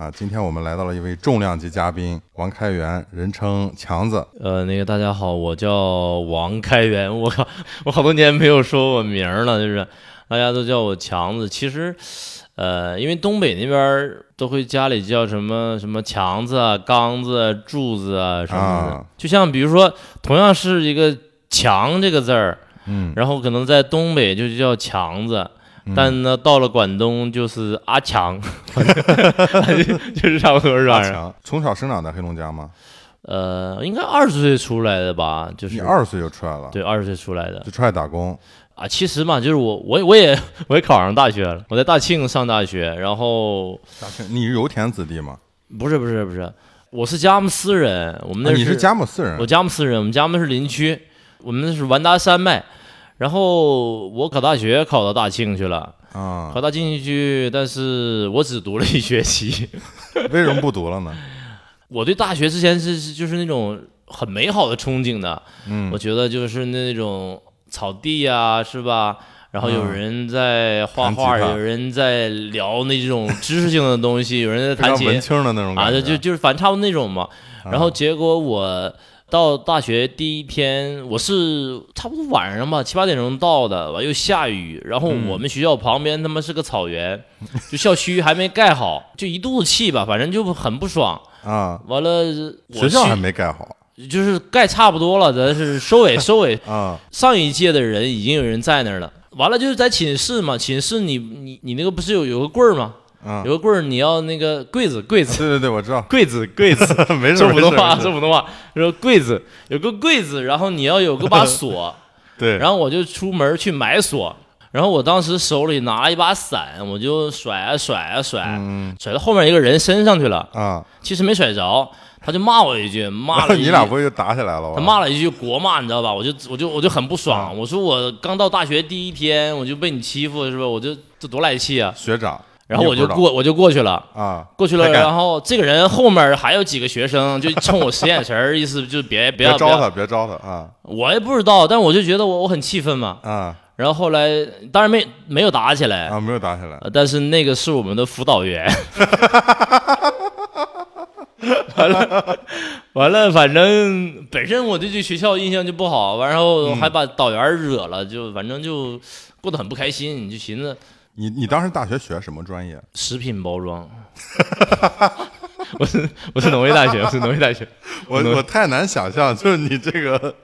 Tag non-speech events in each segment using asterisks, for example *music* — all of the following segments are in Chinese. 啊，今天我们来到了一位重量级嘉宾王开元，人称强子。呃，那个大家好，我叫王开元，我靠，我好多年没有说我名儿了，就是大家都叫我强子。其实，呃，因为东北那边儿都会家里叫什么什么强子啊、刚子啊、柱子啊什么的。啊就像比如说，同样是一个“强”这个字儿，嗯，然后可能在东北就叫强子，嗯但呢到了广东就是 *laughs* 阿强， *laughs* 就是差不多是这啊阿样。强从小生长在黑龙江吗？呃，应该二十岁出来的吧，就是你二十岁就出来了，对，二十岁出来的就出来打工。啊。其实嘛，就是我，我也我也我也考上大学了，我在大庆上大学，然后大庆，你是油田子弟吗？不是不是不是，我是佳木斯人，我们那啊是、你是佳木斯我人，佳木斯人，我们佳木是林区，我们那是完达山脉。然后我考大学考到大庆去了，啊，考到大庆去，但是我只读了一学期。为什么不读了 *laughs* 呢？我对大学之前是是就是那种很美好的憧憬的，嗯我觉得就是那种草地呀、是吧？然后有嗯人在画画，弹吉他有人在聊那种知识性的 *laughs* 东西，有人在非常弹文琴青的那种啊，感就觉。啊就就是反正差不多那种嘛。然后结果我到大学第一天，我是差不多晚上吧，七八点钟到的，完又下雨，然后我们学校旁边他妈是个草原，就校区还没盖好，就一肚子气吧，反正就很不爽。啊，完了，我学校去还没盖好就是盖差不多了，咱是收 *laughs* 尾收尾，啊，上一届的人已经有人在那儿了。完了就是在寝室嘛，寝室你你你那个不是有有个棍儿吗？嗯有个棍儿你要那个柜子柜 *laughs* 子，对对对，我知道 *laughs* 柜子柜子，没事说没普事通话没事说普通话，说柜子有个柜子，然后你要有个把锁， *laughs* 对，然后我就出门去买锁，然后我当时手里拿了一把伞，我就甩啊甩啊甩，嗯甩到后面一个人身上去了，啊，其实没甩着，他就骂我一句，骂然了后一 *laughs* 句你俩不会就打起来了吧？他骂了一句国骂，你知道吧？我就我就我就很不啊爽，我说我刚到大学第一天我就被你欺负，是吧？我就这多来气啊！学长，然后我就你也不知过我就过去了，道啊，过去还了，敢然后这个人后面还有几个学生就冲我使眼神儿，意思就是别别别要招不要他，别招他啊我也不知道，但我就觉得我我很气愤嘛。啊然后后来当然没没有打起来，啊，没有打起来，呃但是那个是我们的辅导员。完了，完了，反正本身我对这学校印象就不好，完然后嗯还把导员惹了，就反正就过得很不开心。你就寻思你你当时大学学什么专业？食品包装， *laughs* 我是我是农业大学，我是农业大学，我我太难想象，就是你这个，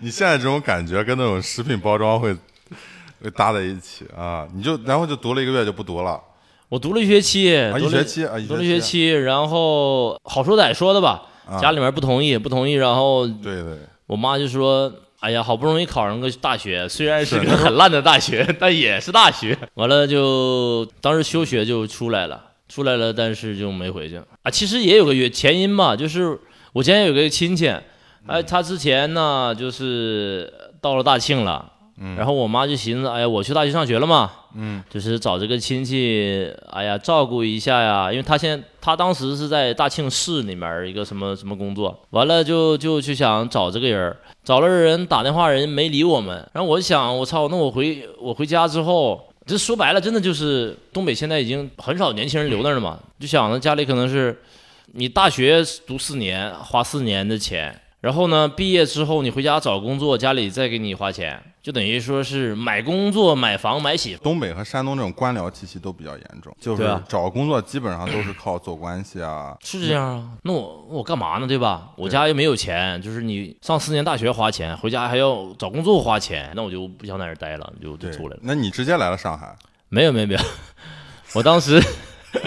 你现在这种感觉跟那种食品包装会会搭在一起啊，你就然后就读了一个月就不读了我读了一学期，啊，哎读一了学期啊，一读了学学期，期，然后好说歹说的吧，啊家里面不同意，不同意，然后对对，我妈就说：“哎呀，好不容易考上个大学，虽然是是个很烂的大学，但也是大学。”完了就当时休学就出来了，出来了，但是就没回去啊。其实也有个原前因吧，就是我之前有个亲戚，哎，他之前呢就是到了大庆了。然后我妈就寻思，哎呀，我去大学上学了嘛，嗯，就是找这个亲戚，哎呀，照顾一下呀，因为他现在他当时是在大庆市里面儿一个什么什么工作，完了就就去想找这个人儿，找了人打电话，人没理我们，然后我就想，我操，那我回我回家之后。这说白了，真的就是东北现在已经很少年轻人留那儿了嘛，就想着家里可能是你大学读四年，花四年的钱，然后呢，毕业之后你回家找工作，家里再给你花钱，就等于说是买工作、买房、买媳妇。东北和山东这种官僚气息都比较严重，就对是啊找工作基本上都是靠走关系啊，是这样啊，那我我干嘛呢？对吧？我家又没有钱，就是你上四年大学花钱，回家还要找工作花钱，那我就不想在这儿待了，就就对出来了。，那你直接来了上海，没有没有没有，我当时， *laughs*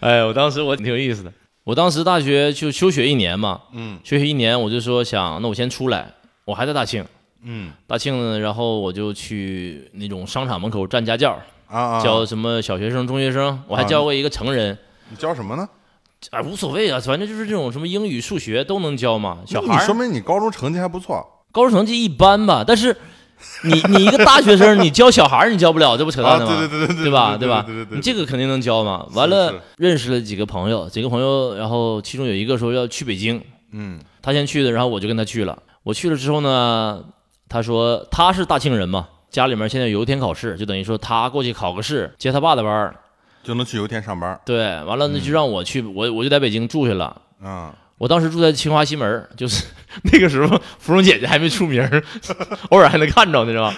哎，我当时我挺有意思的。我当时大学就休学一年嘛，嗯休学一年我就说想，那我先出来，我还在大庆，嗯大庆呢，然后我就去那种商场门口站家教，啊啊，教什么小学生、中学生，我还啊教过一个成人。你教什么呢？啊，无所谓啊，反正就是这种什么英语、数学都能教嘛。小孩那你说儿明你高中成绩还不错高中成绩一般吧，但是你你一个大学生，你教小孩儿你教不了，这不扯啊，淡对对的吗？对对对吧？对吧？对对对，你这个肯定能教嘛。是完了是，认识了几个朋友，几个朋友，然后其中有一个说要去北京，嗯他先去的，然后我就跟他去了。我去了之后呢，他说他是大庆人嘛，家里面现在有油田考试，就等于说他过去考个试，接他爸的班儿。就能去油田上班。对，完了那就让我去，我我就在北京住去了。嗯，我当时住在清华西门儿，就是 *laughs* 那个时候芙蓉姐姐还没出名儿，偶尔还能看着呢，是吧？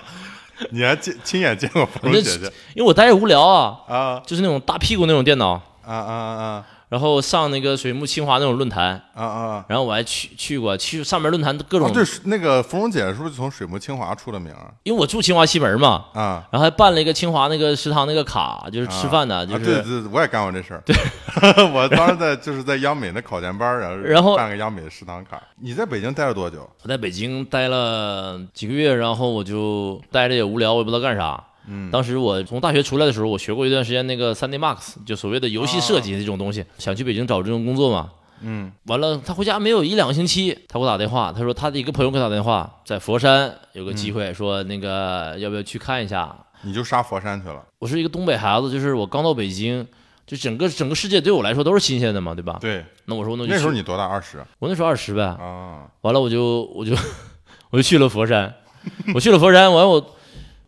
你还见亲眼见过芙蓉那姐姐因为我待着无聊啊，啊就是那种大屁股那种电脑，啊啊啊然后上那个水木清华那种论坛，啊啊！然后我还去去过，去上面论坛各种，哦，对，是那个芙蓉姐是不是从水木清华出的名儿因为我住清华西门嘛，啊？然后还办了一个清华那个食堂那个卡，就是啊吃饭的，就啊是、对对，我也干过这事儿。对， *laughs* 我当时在就是在央美那考前班儿，然后然后办个央美的食堂卡。你在北京待了多久？我在北京待了几个月，然后我就待着也无聊，我也不知道干啥。嗯，当时我从大学出来的时候，我学过一段时间那个 3D Max，就所谓的游戏设计这种东西。想去北京找这种工作嘛。嗯，完了，他回家没有一两个星期，他给我打电话，他说他的一个朋友给我打电话，在佛山有个嗯机会，说那个要不要去看一下？你就杀佛山去了。我是一个东北孩子，就是我刚到北京，就整个整个世界对我来说都是新鲜的嘛，对吧？对，那我说啊那我就那时候去你多大？二十我那时候二十呗，啊？完了我就我就 *laughs* 我就去了佛山， *laughs* 我去了佛山，完我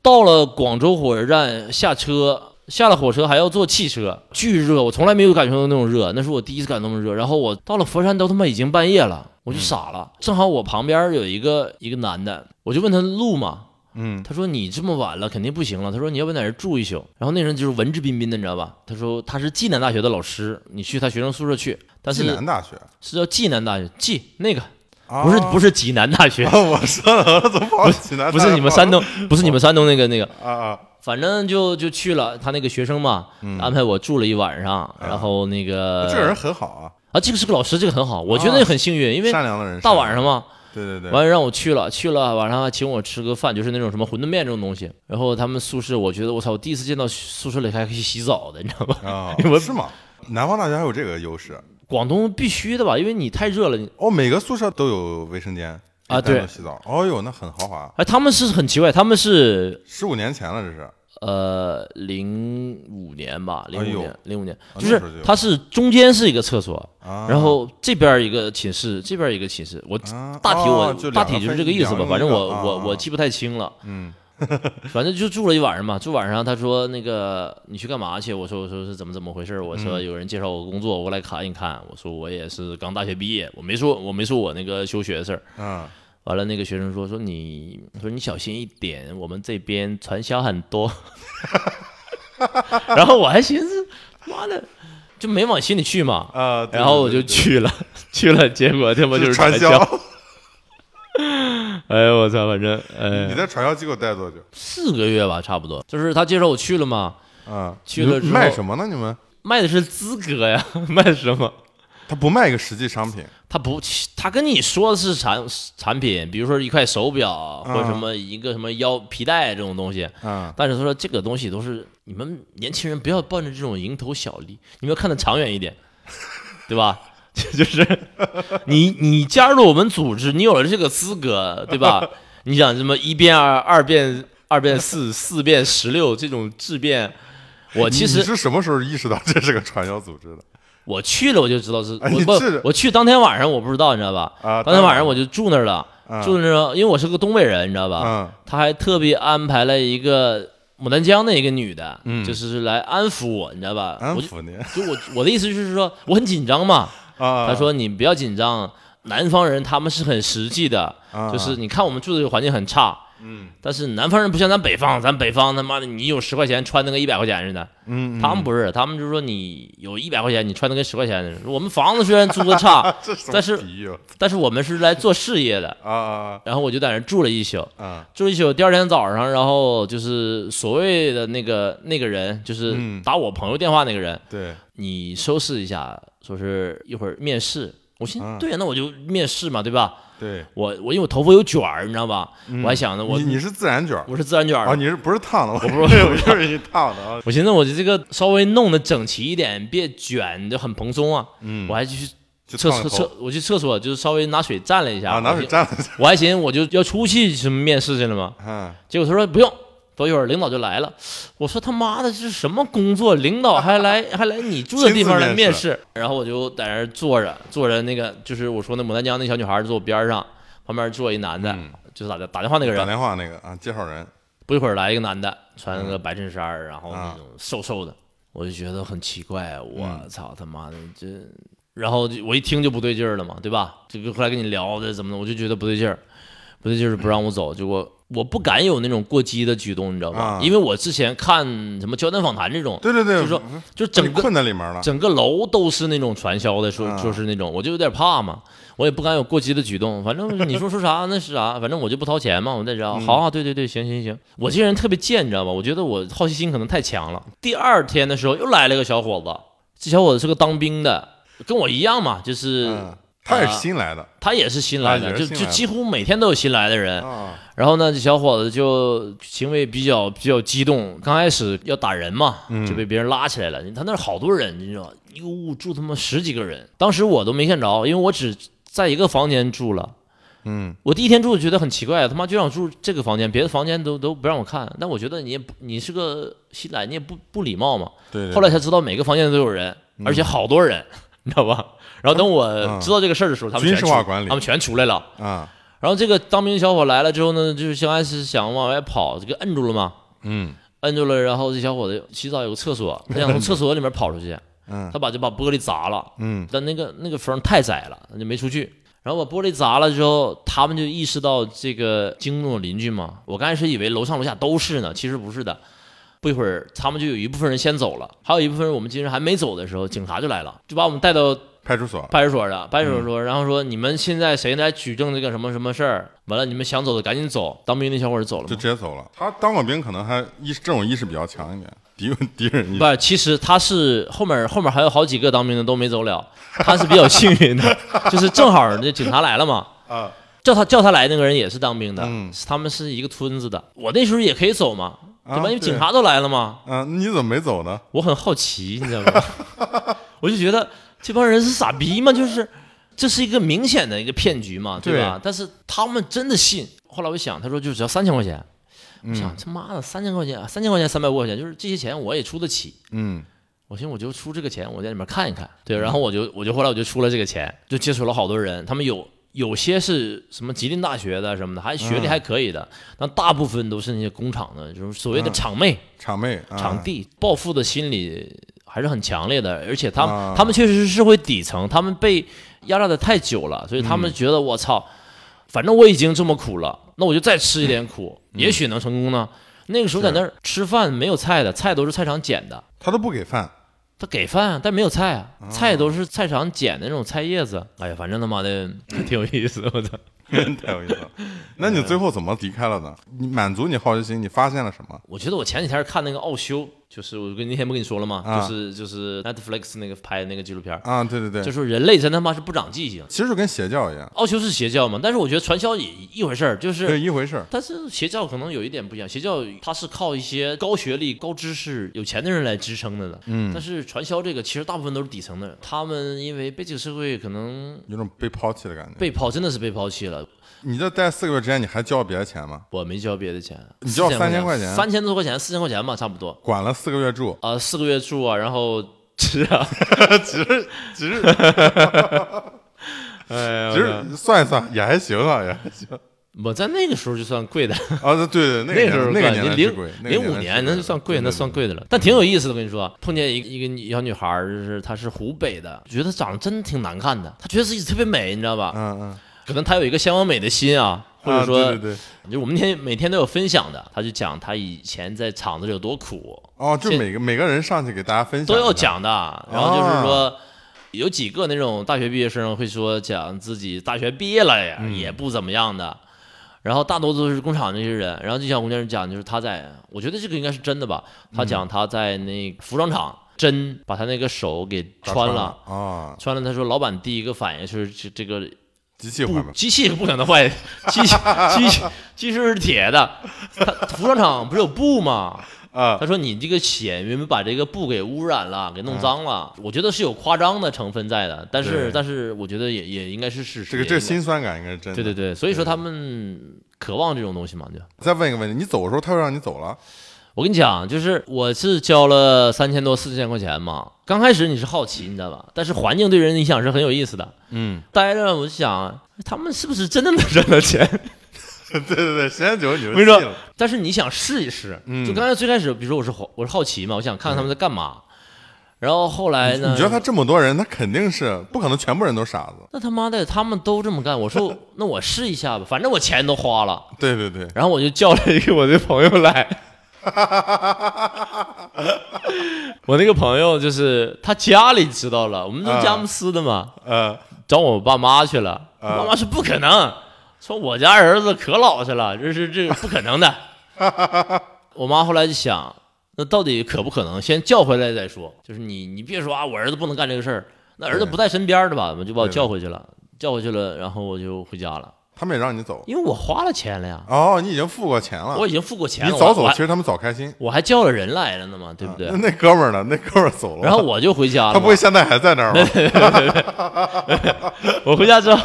到了广州火车站下车，下了火车还要坐汽车，巨热，我从来没有感觉到那种热，那是我第一次感觉到那么热。然后我到了佛山都他妈已经半夜了，我就傻了，正好我旁边有一个一个男的，我就问他路嘛。嗯他说你这么晚了肯定不行了。他说你要不在这儿住一宿。然后那人就是文质彬彬的，你知道吧？他说他是暨南大学的老师，你去他学生宿舍去，但济是南大学。是叫暨南大学，暨那个啊不是不是济南大学， *laughs* 我说了，怎么跑济南大学了？ *laughs* 不是你们山东，不是你们山东那个那个，啊啊！反正就就去了。他那个学生嘛，安排我住了一晚上，然后那个这个人很好嗯啊，啊，这个是个老师，这个很好，我觉得啊很幸运，因为善良的人。大晚上善良嘛，的人，对对对，完了让我去了，去了晚上还请我吃个饭，就是那种什么馄饨面这种东西。然后他们宿舍，我觉得我操，我第一次见到宿舍里还可以洗澡的，你知道吧？ *laughs* 啊因为，是吗？南方大学还有这个优势广东必须的吧，因为你太热了。你哦，每个宿舍都有卫生间啊可以单独对洗澡。哦哟，那很豪华。哎，他们是很奇怪，他们是十五年前了，这是呃，零五年吧，零哎五呦年，零五年，那就时是候就有它是中间是一个厕所，啊。然后这边儿一个寝室，这边儿一个寝室。我啊大体我哦就大两个体就分是这个意思吧两，个反正我那个我啊我记不太清了，嗯 *laughs* 反正就住了一晚上嘛。住晚上，他说那个你去干嘛去？我说我说是怎么怎么回事儿？我嗯说有人介绍我工作，我来看一看。我说我也是刚大学毕业，我没说我没说我那个休学的事儿。嗯，完了，那个学生说说你说你小心一点，我们这边传销很多。 *laughs* 然后我还寻思，妈的，就没往心里去嘛。啊，对然后我对就对对去了，去了，结果他妈就是是传销。。 *laughs* 哎呦我操，反正你哎，在传销机构待多久？四个月吧，差不多。就是他介绍我去了嘛，啊，去了你之卖后什么呢？你们卖的是资格呀， *laughs* 卖的什么？他不卖一个实际商品他不，他跟你说的是产产品，比如说一块手表或者什么一个什么腰皮带这种东西，啊但是他说这个东西都是你们年轻人不要抱着这种蝇头小利， *laughs* 你们要看得长远一 *laughs* 点，对吧？ *laughs* 就就是你你加入了我们组织，你有了这个资格，对吧？ *laughs* 你想什么一变二，二变二变四，四变十六这种质变，我其你实是什么时候意识到这是个传销组织的我去了我就知道是，哎我你不这我去当天晚上我不知道，你知道吧？啊？当天晚上我就住那儿了，啊住那儿了，因为我是啊个东北人，你知道吧？嗯他还特别安排了一个牡丹江的一个女的，嗯啊就是来安抚我，你知道吧？安我就抚你就我我的意思就是说我很紧张嘛，啊。他说你不要紧张，南方人他们是很实际的，啊就是你看我们住的这个环境很差，嗯，但是南方人不像咱北方，咱北方他妈的你有十块钱穿的跟一百块钱似的，嗯，他们不是，他们就是说你有一百块钱你穿的跟十块钱似的，我们房子虽然租的差 *laughs* ，这什么但是比喻啊但是我们是来做事业的，啊啊然后我就在那儿住了一宿。啊啊！住一宿，第二天早上，然后就是所谓的那个那个人，就是嗯打我朋友电话那个人，对，你收拾一下，说是一会儿面试。我心啊对呀、那我就面试嘛，对吧？对，我我因为我头发有卷儿，你知道吧？我还想着我嗯你你是自然卷儿我是自然卷儿的啊？你是不是烫的？我 *laughs* 不是我就是一烫的啊。我寻思我这个稍微弄得整齐一点，别卷就很蓬松啊。嗯我还去就厕烫厕个头厕，我去厕所就是稍微拿水蘸了一下啊，拿我水寻蘸 *laughs* 了一下。我还寻思我就要出去什么面试去了嘛。嗯，结果他说不用，多一会儿领导就来了。我说他妈的这是什么工作？领导还来 *laughs* 还来你住的地方来面亲自试？然后我就在那儿坐着，坐着那个就是我说那牡丹江那小女孩坐我边上，旁边坐一男的，嗯就是打打电话那个打人。电话那个啊，介绍人啊不一会儿来一个男的，穿个白衬衫儿，然后那种瘦瘦的。我就觉得很奇怪，嗯我操他妈的这，然后就我一听就不对劲儿了嘛，对吧？这个后来跟你聊的怎么的，我就觉得不对劲儿，不对劲儿不让我走，结果我不敢有那种过激的举动，你知道吧嗯啊？因为我之前看什么《焦点访谈》这种，对对对，就是说嗯就整把你个困在里面了，整个楼都是那种传销的，说啊就是那种，我就有点怕嘛，我也不敢有过激的举动。反 *laughs* 正你说说啥那是啥，反正我就不掏钱嘛，我在这嗯儿，好啊，对对对，行行行。我这人特别贱，你知道吧？我觉得我好奇心可能太强了。第二天的时候又来了个小伙子，这小伙子是个当兵的，跟我一样嘛，就是。嗯，他也是啊新来的他也是新来的，啊也就是新就来的几乎每天都有新来的人。啊，然后呢，这小伙子就行为比较比较激动，刚开始要打人嘛，嗯就被别人拉起来了。他那儿好多人，你知道，哟，住他妈十几个人。当时我都没看着，因为我只在一个房间住了。嗯，我第一天住觉得很奇怪，他妈就让我住这个房间，别的房间都都不让我看。但我觉得你也不，你是个新来，你也不不礼貌嘛。对嗯对，后来才知道每个房间都有人，而且好多人， *laughs* 你知道吧？然后等我知道这个事儿的时候，他们嗯全军事化出管理他们全出来了。啊，然后这个当兵小伙来了之后呢，就是相爱是想往外跑，这个摁住了嘛，嗯摁住了。然后这小伙子洗澡有个厕所，他想从厕所里面跑出去，嗯他把就把玻璃砸了，嗯但那个那个缝太窄了，他就没出去。然后把玻璃砸了之后，他们就意识到这个惊动了邻居嘛。我刚开始以为楼上楼下都是呢，其实不是的。不一会儿，他们就有一部分人先走了，还有一部分人我们竟然还没走的时候，警察就来了，就把我们带到派出所，派出所的，派出所说，然后说你们现在谁来举证这个什么什么事儿？完了，你们想走的赶紧走。当兵那小伙儿走了就吗，直接走了。他当过兵，可能还意识这种意识比较强一点，敌敌人意识不，其实他是后面后面还有好几个当兵的都没走了，他是比较幸运的， *laughs* 就是正好这警察来了嘛。 *laughs* 啊，叫他叫他来那个人也是当兵的，嗯是他们是一个村子的。我那时候也可以走嘛，对啊吧？因为对警察都来了嘛，嗯，你怎么没走呢？我很好奇，你知道吗？ *laughs* 我就觉得这帮人是傻逼吗？就是这是一个明显的一个骗局嘛，对吧？但是他们真的信。后来我想，他说就只要三千块钱，我想他妈的三千块钱，三千块钱三百多块钱，就是这些钱我也出得起。嗯我寻思我就出这个钱，我在里面看一看。对，然后我就我就后来我就出了这个钱，就接触了好多人，他们有。有些是什么吉林大学的什么的，还学历还可以的，但大部分都是那些工厂的，就是所谓的厂妹，场妹，啊场地，暴富的心理还是很强烈的，而且他们、啊他们确实是社会底层，他们被压榨的太久了，所以他们嗯觉得我操，反正我已经这么苦了，那我就再吃一点苦，嗯也许能成功呢。那个时候在那儿吃饭没有菜的，菜都是菜场捡的，他都不给 *laughs* 饭，他给饭啊，但没有菜啊，菜都是菜场捡的那种菜叶子。哎呀，反正他妈的 *laughs* 挺有意思，我操。太有意思了。那你最后怎么离开了呢？你满足你好奇心，你发现了什么？我觉得我前几天看那个奥修，就是我跟那天不跟你说了吗？啊就是就是 Netflix 那个拍那个纪录片儿，啊，对对对，就说人类真他妈是不长记性。其实就跟邪教一样，奥修是邪教嘛，但是我觉得传销也一回事儿，就是。对一回事儿。但是邪教可能有一点不一样，邪教它是靠一些高学历、高知识、有钱的人来支撑的的。嗯，但是传销这个其实大部分都是底层的人，他们因为被这个社会可能有种被抛弃的感觉。被抛，真的是被抛弃了。你这待四个月之前，你还交别的钱吗？我没交别的钱，你交4000 3000块块钱三千多块钱，四千块钱吧，差不多。管了四个月住，啊、四个月住啊，然后吃 *laughs* 啊，只是只 *laughs* 是哎只嗯是算一算也还行啊，也还行我在那个时候就算贵的，啊。对对，那那个时候年那个年代零是贵，那个零五年代年是那贵嗯就算贵，对那对算贵的了，但挺有意思的。我跟你说，碰见一个一个小女孩儿，就是她是湖北的，觉得长得真挺难看的，她觉得自己特别美，你知道吧？嗯嗯，可能她有一个向往美的心啊，或者啊说，对对对，就我们天每天都有分享的，她就讲她以前在厂子里有多苦，哦，就现每个每个人上去给大家分享都要一下讲哦的。然后就是说，有几个那种大学毕业生会说讲自己大学毕业了呀，也不怎么样的。然后大多都是工厂那些人，然后这小姑娘讲就是她在，我觉得这个应该是真的吧。她讲她在那个服装厂针把她那个手给打穿了，了啊，穿了。她说老板第一个反应就是这这个机器不环嘛，机器不可能坏，机器机器机器是铁的，她服装厂不是有布吗？啊，他说你这个血明明把这个布给污染了，给弄脏了。我觉得是有夸张的成分在的，但是嗯对但是我觉得也也应该是事实。这个也这个应该心酸感应该是真的。对对对，所以说他们渴望这种东西嘛，就。再问一个问题，你走的时候他又让你走了？我跟你讲，就是我是交了三千多四千块钱嘛，刚开始你是好奇，你知道吧？但是环境对人的影响是很有意思的。嗯，待着我就想，哎他们是不是真的能挣到钱？ *laughs* 对对对，时间久了你就我跟你说信了，但是你想试一试，嗯就刚才最开始，比如说我是好我是好奇嘛，我想看看他们在干嘛。然后后来呢？你觉得他这么多人，他肯定是不可能全部人都傻子。那他妈的，他们都这么干。我说 *laughs* 那我试一下吧，反正我钱都花了。对对对，然后我就叫了一个我的朋友来， *laughs* 我那个朋友就是他家里知道了，我们都啊佳木斯的嘛，呃，找我爸妈去了。我啊爸妈说不可能，说我家儿子可老实了，这是这不可能 *laughs* 的。我妈后来就想，那到底可不可能？先叫回来再说。就是你，你别说啊，我儿子不能干这个事儿，那儿子对不在身边儿的吧？我们就把我对叫回去了，叫回去了，然后我就回家了，他们也让你走。因为我花了钱了呀，哦，你已经付过钱了，我已经付过钱你了，早走我，其实他们早开心，我还叫了人来了呢嘛，对不对那？那哥们儿呢？那哥们儿走了，然后我就回家了嘛， *laughs* 他不会现在还在那儿吧？我回家之后，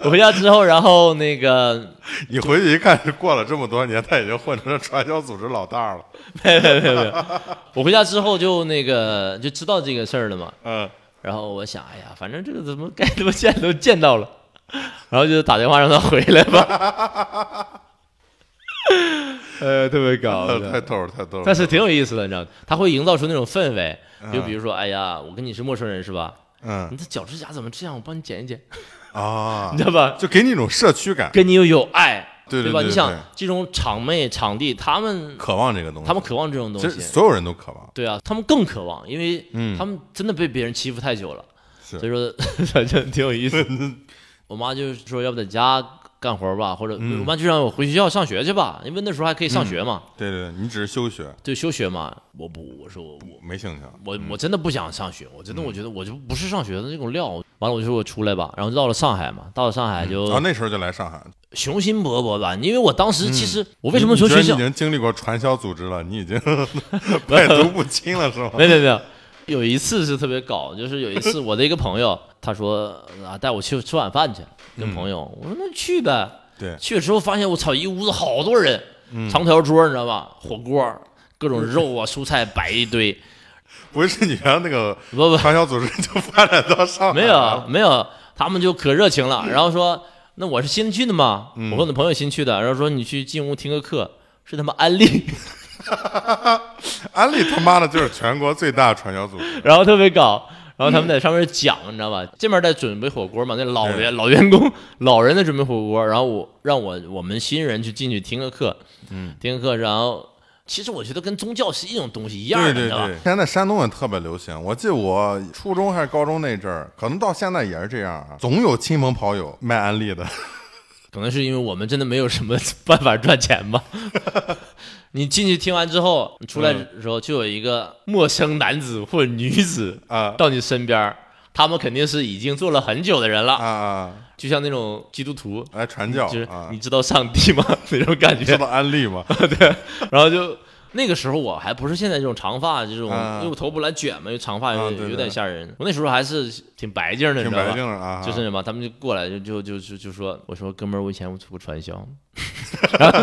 我回家之后，然后那个你回去一看， *laughs* 是过了这么多年，他已经混成了传销组织老大了。没有没有没有没有， *laughs* 我回家之后就那个就知道这个事儿了嘛。嗯，然后我想，哎呀，反正这个怎么该怎么见都见到了，然后就打电话让他回来吧。 *laughs* 呃，特别搞呃 *laughs* 太逗了，太逗了但。是挺有意思的，你知道，他会营造出那种氛围，就比如说，哎呀，我跟你是陌生人是吧？嗯你这脚趾甲怎么这样？我帮你剪一剪，啊你，知道吧？就给你一种社区感，跟你又有爱，对对吧？对你对想对这种场妹场地，他们渴望这个东西。他们渴望这种其东实西，所有人都渴望。对啊，他们更渴望，因为嗯他们真的被别人欺负太久了，是所以说 *laughs* 反正挺有意 *laughs* 思。我妈就是说，要不在家干活吧，或者、嗯我妈就让我回学校上学去吧，因为那时候还可以上学嘛，对对对，你只是休学，对，休学嘛。我不，我说我我没兴趣。我我真的不想上学，我真的我觉得我就不是上学的那种料。完了，我就说我出来吧，然后就到了上海嘛，到了上海就然后啊那时候就来上海。雄心勃勃吧，因为我当时其实、我为什么你说嗯你觉得学校你已经经历过传销组织了，你已经 *laughs* 百毒不侵了，是吗？ *laughs* 没有没有没有，有一次是特别搞，就是有一次我的一个朋友， *laughs* 他说啊带我去吃晚饭去，跟朋友，我说那去呗。对，去了之后发现我操一屋子好多人，长条桌你知道吧？火锅各种肉啊蔬菜摆一 *laughs* 堆，不是你原来那个不 *laughs* 不传销组织就发展到上海没有了没有，他们就可热情 *laughs* 了，然后说那我是新去的嘛，我和你朋友新去的，然后说你去进屋听个课，是他妈安利。安利他妈的就是全国最大的传销组织。然后特别搞，然后他们在上面讲，你知道吧？这边在准备火锅嘛，那老嗯员老员工老人在准备火锅，然后我让我我们新人去进去听个课，嗯，听个课，然后其实我觉得跟宗教是一种东西一样的，对你对知道吧对，？现在山东也特别流行。我记得我初中还是高中那阵儿，可能到现在也是这样啊，总有亲朋好友卖安利 *laughs* 的。可能是因为我们真的没有什么 *laughs* 办法赚钱吧。 *laughs* 你进去听完之后，你出来的嗯时候就有一个陌生男子或者女子啊到你身边儿，他们肯定是已经做了很久的人了，啊啊！就像那种基督徒，来传教就是啊！你知道上帝吗？ *laughs* 那种感你觉知。道安利 *laughs* 吗？然后就那个时候我还不是现在这种长发这种，啊因为我头不来卷嘛，又长发啊有对对点有点吓人。我那时候还是挺白净的，挺你知道白净吧？的啊，就是什么，他们就过来就就就就就说，我说哥们儿，我以前我做过 *laughs* 传销，然后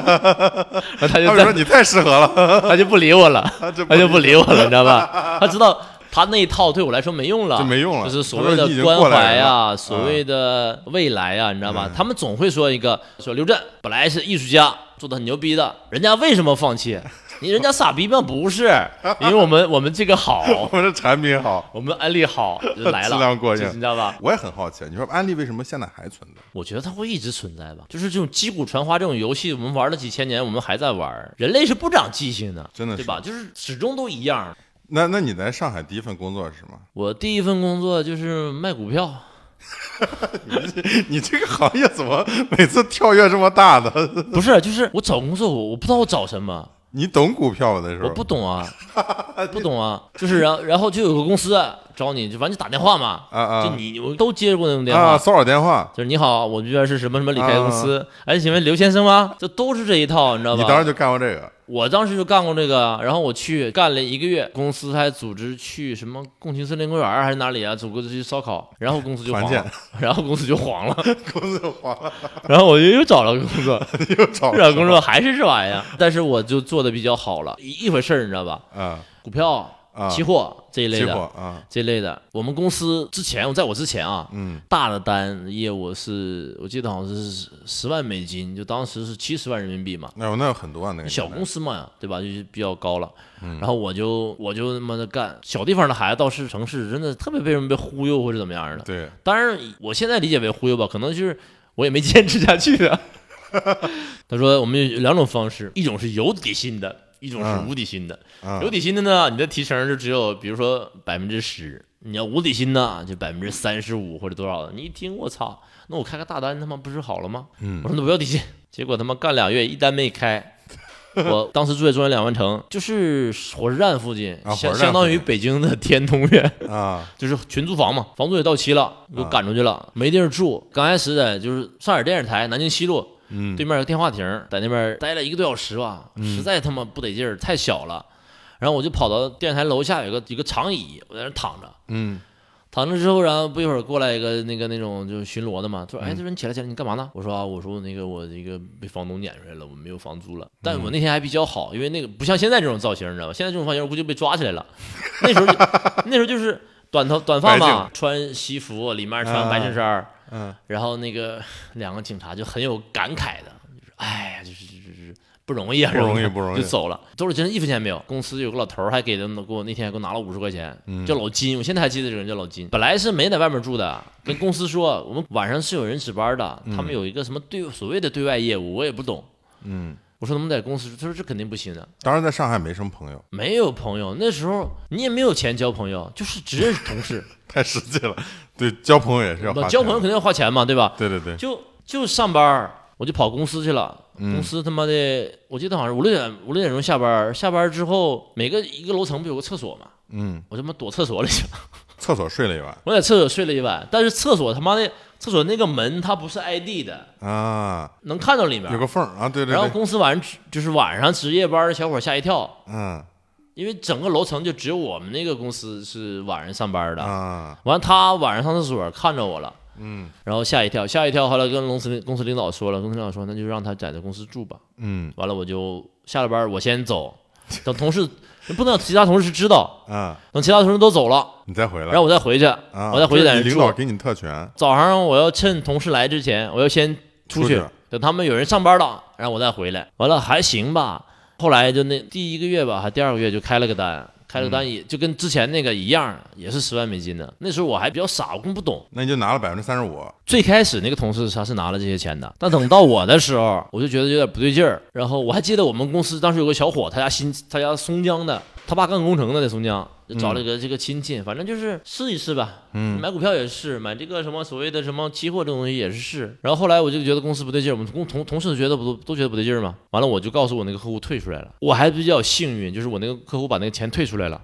*laughs* 他他就们说在 *laughs* 你太适合了， *laughs* 他就不理我了，他就 *laughs* 他就不理我了，你知道吧？他知 *laughs* 道。他那一套对我来说没用了，就没用了嗯就是所谓的他说你已经关过来怀人啊，所谓的未来啊，你知道吧？他们总会说一个，说刘震本来是艺术家，做的很牛逼的，人家为什么放弃？你人家傻逼吗？不是，因为我们我们这个好我，们这产品好。我们安利好就来了， *laughs* 质量过硬就是你知道吧？我也很好奇，你说安利为什么现在还存在？我觉得它会一直存在吧，就是这种击鼓传花这种游戏，我们玩了几千年，我们还在玩，人类是不长记性的，真的对是吧？就是始终都一样。那那你在上海第一份工作是什么？ *laughs* 我第一份工作就是卖股票，你这个行业怎么每次跳跃这么大的？ *laughs* 不是，就是我找工作，我我不知道我找什么，你懂股票吗？那时候我不懂 *laughs* 啊，不懂啊，就是然后然后就有个公司找你，就反正就打电话嘛，啊啊就你我都接过那种电话，啊，骚扰电话，就是你好，我这边是什么什么理财公司，哎，请问刘先生吗？这都是这一套，你知道吧？你当时就干过这个。 *laughs* 我当时就干过这个，然后我去干了一个月，公司还组织去什么共青森林公园还是哪里啊，组织去烧烤，然后公司就黄团了，然后公司就黄了，公司黄了， *laughs* 然后我就又找了个工作，又找又找工作还是这玩意儿，但是我就做的比较好了，一一回事儿你知道吧？啊股票啊啊， *laughs* 期货这一类期货的，啊，这一类的。我们公司之前，我在我之前啊，嗯大的单业务是我记得好像是十万美金，就当时是七十万人民币嘛。那有那有很多啊，那个小年代公司嘛，对吧？就是比较高了。嗯然后我就我就他妈的干，小地方的孩子到市城市，真的特别被人被忽悠或者怎么样的。对，当然，我现在理解为忽悠吧，可能就是我也没坚持下去 *laughs* 啊。他说，我们有两种方式，一种是有底薪的，一种嗯是无底薪的。啊有底薪的呢，你的提成就只有比如说百分之十；你要无底薪呢，就百分之三十五或者多少的。你一听，我操，那我开个大单他妈不是好了吗？嗯我说那不要底薪，结果他妈干俩月一单 *laughs* 没开。我当时住在中原两万城，就是火车站附近，啊相火车站相当于附近北京的天通苑。啊就是群租房嘛，房租也到期了，又赶出去了，没地儿住。刚开始在就是上海电视台南京西路嗯对面有个电话亭，在那边待了一个多小时吧，实在他妈不得劲儿，太小了。然后我就跑到电视台楼下有个一个长椅，我在那儿躺着，嗯躺着之后，然后不一会儿过来一个那个那种就是巡逻的嘛，他嗯说：“哎，这人起来起来，你干嘛呢？”我说：“啊，我说那个我这个被房东撵出来了，我没有房租嗯了。”但我那天还比较好，因为那个不像现在这种造型，你知道吧？现在这种造型我估计被抓起来 *laughs* 了。那时候就那时候就是短头短发白嘛，穿西服，里面穿白衬衫儿，嗯然后那个两个警察就很有感慨的，就是哎呀，就是就是就是不容易啊，不容易是吧不容易就走了，兜里真是一分钱没有。公司有个老头儿还给他们给我那天还给我拿了五十块钱，嗯叫老金，我现在还记得这个人叫老金。本来是没在外面住的，跟公司说我们晚上是有人值班的，他们有一个什么对所谓的对外业务，我也不懂。嗯，我说能不能在公司住？他说这肯定不行的，当然在上海没什么朋友，没有朋友，那时候你也没有钱交朋友，就是只认识 *laughs* 同事。太实际了，对，交朋友也是要花钱交朋友肯定要花钱嘛，对吧？对对对，就就上班儿，我就跑公司去了。嗯公司他妈的，我记得好像是五六点五六点钟下班儿，下班儿之后每个一个楼层不有个厕所嘛，嗯，我他妈躲厕所里去 *laughs* 了。厕所睡了一晚我在厕所睡了一晚，但是厕所他妈的厕所那个门它不是 ID 的，啊，能看到里面有儿。个缝儿啊，对对然后对，公司晚上就是晚上值夜班儿的小伙儿吓一跳，嗯因为整个楼层就只有我们那个公司是晚上上班儿的。啊，完了，他晚上上厕所看着我了，嗯然后吓一跳，吓一跳。后来跟公司领公司领导说了，公司领导说那就让他在这公司住吧。嗯完了我就下了班儿我先走， *laughs* 等同事不能让其他同事知道，啊，等其他同事都走了，你再回来然，后我再回去，啊，我再回去这在是那你领导住。给你特权，早上我要趁同事来之前，我要先出出去去，等他们有人上班了，然后我再回来。完了还行吧，后来就那第一个月吧，还第二个月就开了个单。开了个单也就跟之前那个一样，也是十万美金的。那时候我还比较傻，我根本不懂。那你就拿了百分之三十五，最开始那个同事他是拿了这些钱的，但等到我的时候，我就觉得有点不对劲儿。然后我还记得我们公司当时有个小伙，他家新他家松江的，他爸干工程的在松江，就找了个这个亲戚，反正就是试一试吧。嗯买股票也是，买这个什么所谓的什么期货这种东西也是试。然后后来我就觉得公司不对劲儿，我们同同同事觉得不都觉得不对劲儿嘛。完了我就告诉我那个客户退出来了，我还比较幸运，就是我那个客户把那个钱退出来了。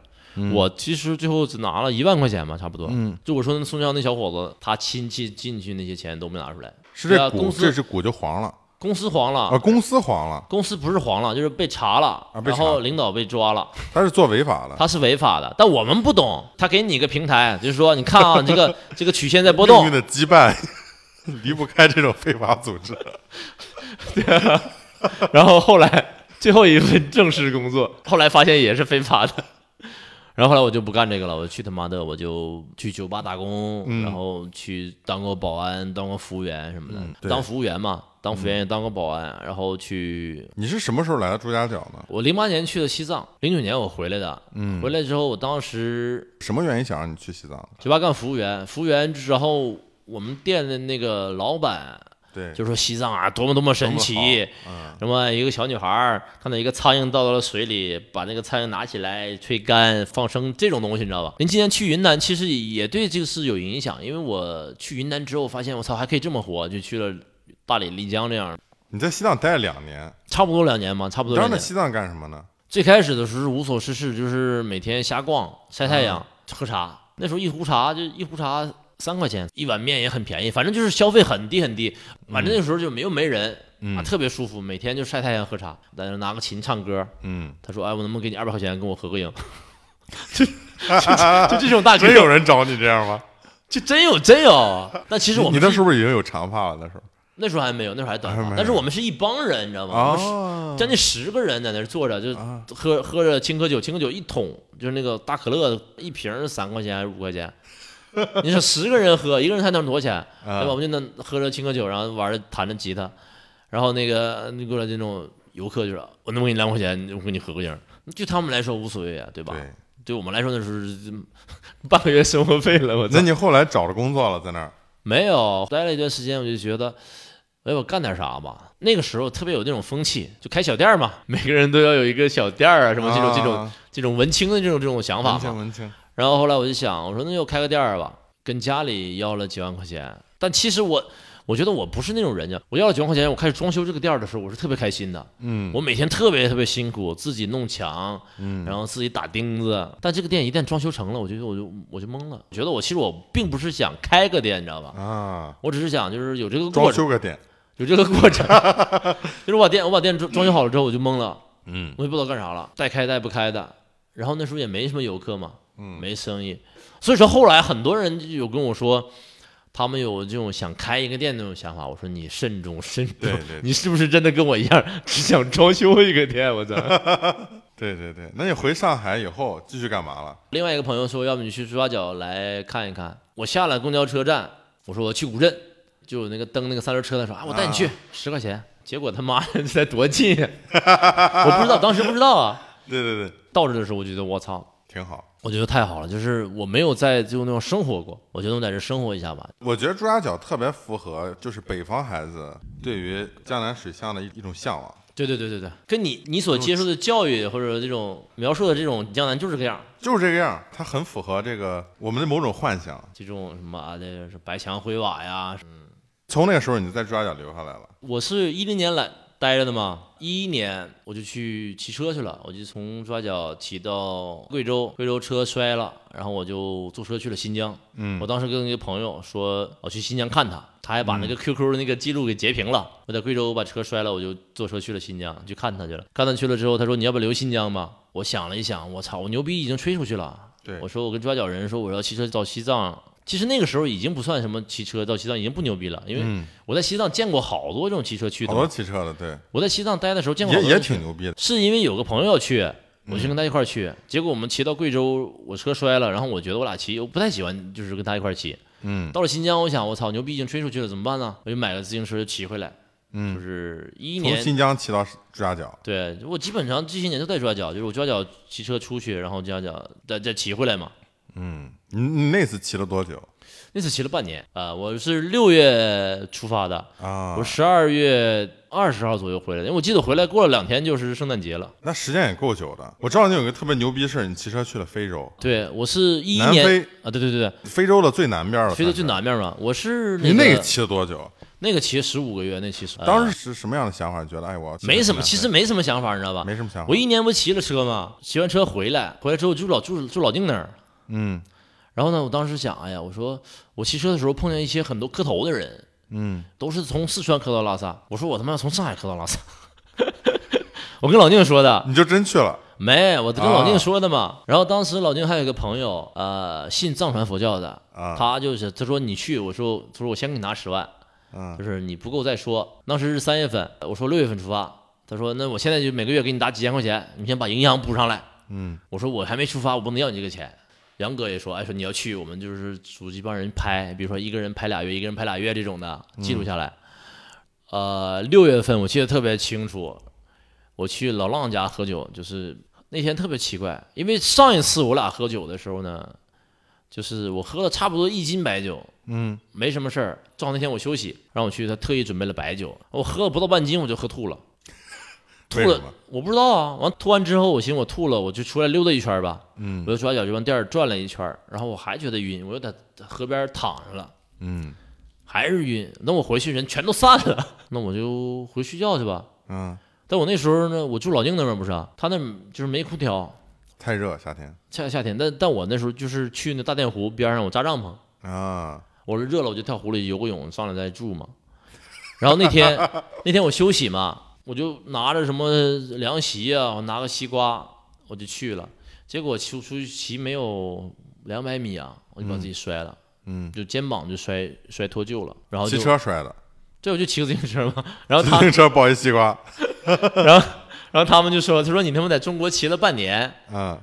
我其实最后只拿了一万块钱嘛，差不多。嗯，就我说那松江那小伙子，他亲戚进去那些钱都没拿出来，是对这啊股公司这是股就黄了公司黄了，啊，公司黄了，公司不是黄了，就是被查了，啊被然查啊后领导被抓了，他是做违法了，他是违法的，但我们不懂，他给你一个平台，就是说你看啊，*laughs* 这个这个曲线在波命动运，的羁绊 *laughs* 离不开这种非法组织，然后后来最后一份正式工作，后来发现也是非法的。然后后来我就不干这个了，我去他妈的，我就去酒吧打工，嗯然后去当过保安，当过服务员什么的，嗯对嗯当服务员嘛，当服务员也当过保安，然后去你是什么时候来的朱家角呢？我零八年去的西藏，零九年我回来的，嗯回来之后我当时什么原因想让你去西藏？酒吧干服务员，服务员之后我们店的那个老板对，就说西藏啊多么多么神多么奇，嗯什么一个小女孩儿看到一个苍蝇掉到了水里，把那个苍蝇拿起来吹干放生这种东西，你知道吧？您今年去云南，其实也对这个是有影响，因为我去云南之后发现，我操，还可以这么活，就去了大理、丽江这样，你在西藏待了两年，差不多两年嘛，差不你多当两时在年。西藏干什么呢？最开始的时候是无所事事，就是每天瞎逛、晒太阳、嗯喝茶。那时候一壶茶就一壶茶三块钱，一碗面也很便宜，反正就是消费很低很低。反正那时候就没有没人，嗯啊，特别舒服，每天就晒太阳、喝茶，在那拿个琴唱歌。嗯，他说：“哎，我能不能给你二百块钱，跟我合个 *laughs* 影？”就就就 *laughs* 这种大哥真，有人找你这样吗？就真有真有。但其实我你们那是是不是已经有长发了？那时候那时候还没有，那时候还短还发没，但是我们是一帮人，你知道吗？我们是啊，将近十个人在那儿坐着，就啊喝喝着青稞酒，青稞酒一桶就是那个大可乐一瓶儿三块钱还是五块钱，你说十个人喝，一个人才能多少钱？啊对吧？我们就那喝着青稞酒，然后玩着弹着吉他，然后那个那过来这种游客就说：“我能不能给你两块钱，我给你合个影。”对他们来说无所谓啊，对吧？对，对我们来说那是 *laughs* 半个月生活费了，我操那！你后来找着工作了，在那儿没有，待了一段时间，我就觉得，哎，我干点啥吧。那个时候特别有那种风气，就开小店儿嘛， *laughs* 每个人都要有一个小店儿啊，什么这种、这种啊这种文青的这种这种想法文嘛青。文青，然后后来我就想，我说那就开个店儿吧，跟家里要了几万块钱。但其实我，我觉得我不是那种人家，啊我要了几万块钱，我开始装修这个店儿的时候，我是特别开心的。嗯，我每天特别特别辛苦，自己弄墙，嗯然后自己打钉子。但这个店一旦装修成了，我觉得我就我就懵了，我觉得我其实我并不是想开个店，你知道吧？啊，我只是想就是有这个过装程，修个店，有这个 *laughs* 过程，就是我把店我把店装装修好了之后我就懵了，嗯我也不知道干啥了，带开带不开的。然后那时候也没什么游客嘛，嗯没生意，所以说后来很多人就有跟我说，他们有这种想开一个店那种想法。我说你慎重慎重对对对，你是不是真的跟我一样只想装修一个店？我操！对对对，那你回上海以后继续干嘛了？另外一个朋友说，要不你去朱家角来看一看。我下了公交车站，我说我去古镇，就有那个蹬那个三轮车的说啊，我带你去，十、块钱。结果他妈的这才多近呀、 *laughs* 我不知道，当时不知道啊。对对对，到这的时候，我觉得我操，挺好。我觉得太好了，就是我没有在就那种生活过，我觉得我在这生活一下吧。我觉得朱家角特别符合，就是北方孩子对于江南水乡的一一种向往，对对对对对，跟你你所接受的教育或者这种描述的这种江南就是这个样儿，就是这个样儿，它很符合这个我们的某种幻想。这种什么啊，这是白墙灰瓦呀，从那个时候你就在朱家角留下来了，我是一零年来待着的嘛，一一年我就去骑车去了，我就从抓角骑到贵州，贵州车摔了，然后我就坐车去了新疆。嗯我当时跟一个朋友说，我去新疆看他，他还把嗯那个 QQ 的那个记录给截屏了。我在贵州把车摔了，我就坐车去了新疆去看他去了。看他去了之后，他说你要不留新疆吧？我想了一想，我操，我牛逼已经吹出去了。对我说我跟抓角人说我要骑车到西藏。其实那个时候已经不算什么骑车到西藏已经不牛逼了，因为嗯，我在西藏见过好多这种骑车去的好嘛多。骑车的，对，我在西藏待的时候见过也好多也人挺嗯牛逼的。是因为有个朋友要去，我就跟他一块儿去。结果我们骑到贵州，我车摔了，然后我觉得我俩骑，我不太喜欢，就是跟他一块儿骑。嗯到了新疆，我想我操，牛逼已经吹出去了，怎么办呢？我就买个自行车就骑回来，就嗯，是一一从年。新疆骑到朱家角，对，我基本上这些年都在抓脚，就是我抓脚骑车出去，然后抓脚再再骑回来嘛。嗯，你你那次骑了多久那次骑了半年啊、我是六月出发的，啊我？十二月二十号左右回来的，因为我记得回来过了两天就是圣诞节了。那时间也够久的。我知道你有个特别牛逼的事儿，你骑车去了非洲，对，我是一一南年非啊，对对对对，非洲的最南边了，飞到最算是。南面嘛。我是你那那个个骑了多久？那个骑十五个月，那骑十，当时时是什么样的想法？觉得哎，我要骑呃没到什南么，非其实没什么想法，你知道吧？没什么想法。我一年不骑了车嘛，骑完车回来，回来之后住老住住老定那儿。嗯然后呢，我当时想，哎呀，我说我骑车的时候碰见一些很多磕头的人，嗯，都是从四川磕到拉萨。我说我他妈要从上海磕到拉萨， *laughs* 我跟老宁说的，你就真去了没，我跟老啊宁说的嘛。然后当时老宁还有一个朋友，呃，信藏传佛教的，啊？他就是他说你去，我说他说我先给你拿十万，嗯就是你不够再说。当时是三月份，我说六月份出发，他说那我现在就每个月给你打几千块钱，你先把营养补上来。嗯，我说我还没出发，我不能要你这个钱。杨哥也说，哎，说你要去，我们就是组织一帮人拍，比如说一个人拍俩月，一个人拍俩月这种的，嗯记录下来。呃，六月份我记得特别清楚，我去老浪家喝酒，就是那天特别奇怪，因为上一次我俩喝酒的时候呢，就是我喝了差不多一斤白酒，嗯，没什么事儿，正好那天我休息，让我去，他特意准备了白酒，我喝了不到半斤我就喝吐了。吐为什了么？，我不知道啊。完吐完之后，我寻思我吐了，我就出来溜达一圈儿吧。嗯，我就抓脚就往店儿转了一圈儿，然后我还觉得晕，我又在河边儿躺着了，嗯还是晕。那我回去人全都散了， *laughs* 那我就回睡觉去吧。嗯，但我那时候呢，我住老宁那边儿不是啊，他那就是没空调，太热夏天夏夏天，但但我那时候就是去那大甸湖边上，我扎帐篷，啊，我热了我就跳湖里游个泳，上来再住嘛。然后那 *laughs* 天那天我休息嘛，我就拿着什么凉席啊，我拿个西瓜，我就去了。结果出出去骑没有两百米啊，我就把自己摔了，嗯，就肩膀就摔摔脱臼了，然后就骑车摔的这我就骑个自行车嘛。 *laughs* *laughs* 然后自他，行车抱一西瓜，然后，然后他们就说，他说你他妈在中国骑了半年，嗯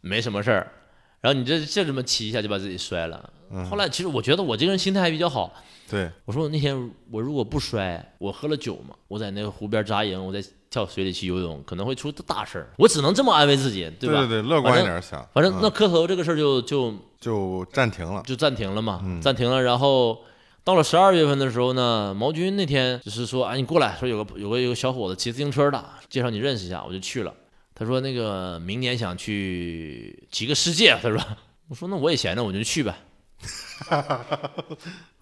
没什么事儿，然后你这这这么骑一下就把自己摔了。嗯后来其实我觉得我这个人心态还比较好，对，我说我那天我如果不摔，我喝了酒嘛，我在那个湖边扎营，我在跳水里去游泳，可能会出大事儿。我只能这么安慰自己，对吧？对，乐观一点想，反正那嗯磕头这个事儿就就就暂停了，就暂停了嘛，暂停了。然后到了十二月份的时候呢，毛军那天就是说，哎，你过来，说有个有个有个小伙子骑自行车的，介绍你认识一下，我就去了。他说那个明年想去骑个世界，他说，我说那我也闲着，我就去呗。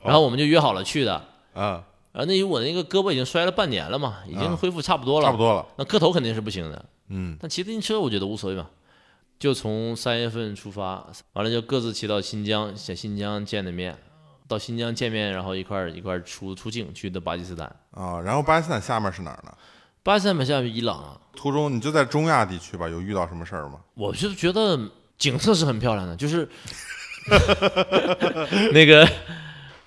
然后我们就约好了去的。啊，然后那因为我那个胳膊已经摔了半年了嘛，已经嗯恢复差不多了，差不多了，那磕头肯定是不行的，嗯，但骑自行车我觉得无所谓嘛。就从三月份出发，完了就各自骑到新疆，在新疆见的面，到新疆见面，然后一块儿一块儿出出境去的巴基斯坦，啊，然后巴基斯坦下面是哪儿呢？巴基斯坦嘛下面伊朗啊，途中你就在中亚地区吧，有遇到什么事儿吗？我就觉得景色是很漂亮的，就是 *laughs* 那个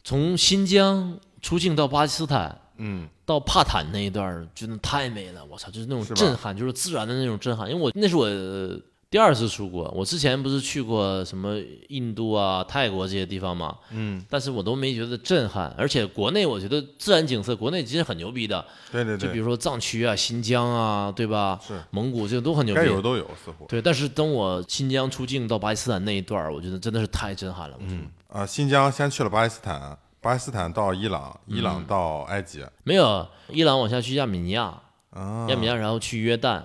从新疆出境到巴基斯坦，嗯，到帕坦那一段儿真的太美了，我操，就是那种是吧震撼，就是自然的那种震撼。因为我那是我呃第二次出国，我之前不是去过什么印度啊、泰国这些地方嘛，嗯，但是我都没觉得震撼。而且国内我觉得自然景色，国内其实很牛逼的，对对就比对，如说藏区啊、新疆啊，对吧？是蒙古这个都很牛逼该。有的都有，似乎对，但是等我新疆出境到巴基斯坦那一段儿，我觉得真的是太震撼了。嗯，啊，新疆先去了巴基斯坦，巴基斯坦到伊朗，嗯伊朗到埃及，没有伊朗往下去亚美尼亚，啊亚，美尼亚然后去约旦，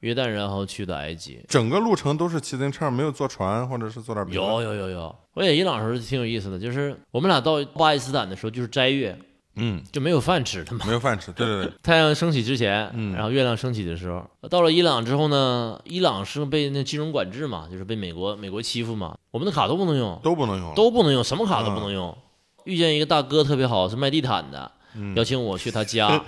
约旦然后去的埃及，整个路程都是骑自行车，没有坐船或者是坐点别的，有有有有，我也伊朗的时候挺有意思的，就是我们俩到巴基斯坦的时候就是斋月，嗯，就没有饭吃，他妈没有饭吃，对对对，太阳升起之前，然后月亮升起的时候，到了伊朗之后呢，伊朗是被那金融管制嘛，就是被美国美国欺负嘛，我们的卡都不能用，都不能用了，都不能用，什么卡都不嗯能用。遇见一个大哥特别好，是卖地毯的，嗯邀请我去他家，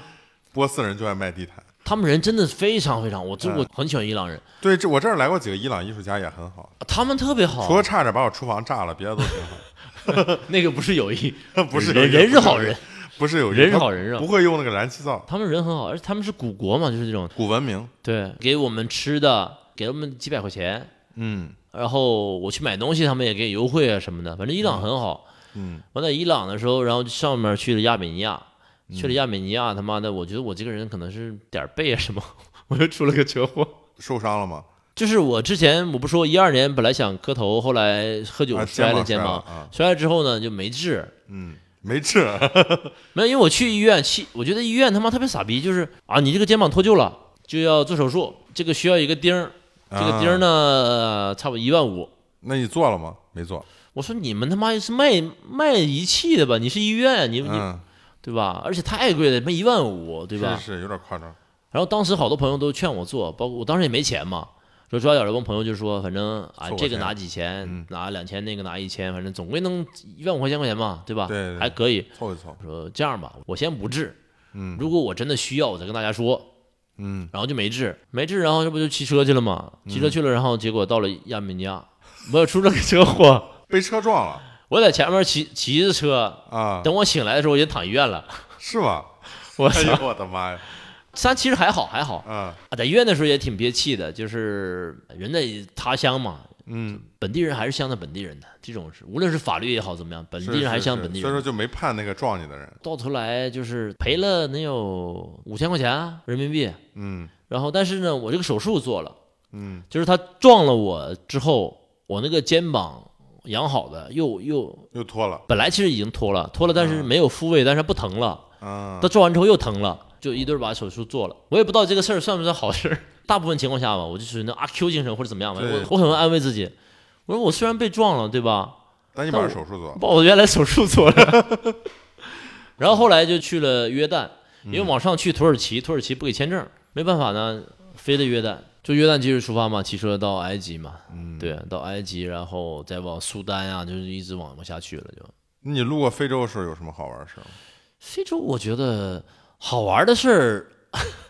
波斯人就爱卖地毯。 *laughs* 他们人真的非常非常，我嗯这我很喜欢伊朗人，对，这我这儿来过几个伊朗艺术家也很好，他们特别好除，了差点把我厨房炸了，别 *laughs* 的都挺好。那个不是有意， *laughs* 不是有人意人不是是好有意人，不是有人是他好人是吧不会用那个燃气灶，他们人很好，而且他们是古国嘛，就是这种。古文明。对，给我们吃的，给了我们几百块钱，嗯然后我去买东西，他们也给优惠啊什么的。反正伊朗很好。嗯，我在伊朗的时候，然后上面去了亚美尼亚，嗯去了亚美尼亚，他妈的，我觉得我这个人可能是点儿背啊什么， *laughs* 我又出了个车祸。受伤了吗？就是我之前我不说一二年本来想磕头，后来喝酒啊摔了肩肩膀膀摔了啊，摔了之后呢就没治，嗯，没治。没有，因为我去医院，去我觉得医院他妈特别傻逼，就是啊，你这个肩膀脱臼了就要做手术，这个需要一个钉儿， *laughs* 啊这个钉儿呢、呃差不多一万五。那你做了吗？没做。我说你们他妈是卖卖仪器的吧？你是医院，你你、嗯，对吧？而且太贵了，卖一万五，对吧？是是有点夸张。然后当时好多朋友都劝我做，包括我当时也没钱嘛。说抓点儿，我帮朋友就说，反正啊凑，合这个钱嗯拿几千，拿两千，那个拿一千，反正总归能一万五块钱块钱嘛，对吧？对对对还可以。凑一凑我，说这样吧，我先不治，嗯如果我真的需要，我再跟大家说。嗯，然后就没治，没治，然后这不就骑车去了嘛？骑车去了，然后结果到了亚美尼亚，我也出了个车祸， *laughs* 被车撞了我在前面骑骑着车，啊？等我醒来的时候我已经躺医院了。是吗？我哎操，呦我的妈呀！但其实还好还好，啊，啊在医院的时候也挺憋气的，就是人在他乡嘛，嗯，本地人还是相当本地人的，这种是无论是法律也好怎么样，本是地人还是是相是当本地所以说人。就没判那个撞你的人。到头来就是赔了能有五千块钱啊人民币，嗯然后但是呢，我这个手术做了。嗯，就是他撞了我之后，我那个肩膀养好的又又又脱了。本来其实已经脱了，脱了但嗯是没有复位，但是不疼了。啊他，撞完之后又疼了，就一对儿把手术做了。我也不知道这个事儿算不算好事儿。 *laughs* 大部分情况下吧，我就属于那阿 Q 精神或者怎么样吧，对我我很会安慰自己。我说我虽然被撞了，对吧？但你把这手术做了。把我原来手术做了。 *laughs* 然后后来就去了约旦，因为往上去土耳其，土耳其不给签证，没办法呢，飞的约旦，就约旦接着出发嘛，骑车到埃及嘛，嗯，对，啊到埃及，然后再往苏丹啊，就是一直往往下去了。就那你路过非洲的时候有什么好玩的事儿吗？非洲，我觉得好玩的事儿，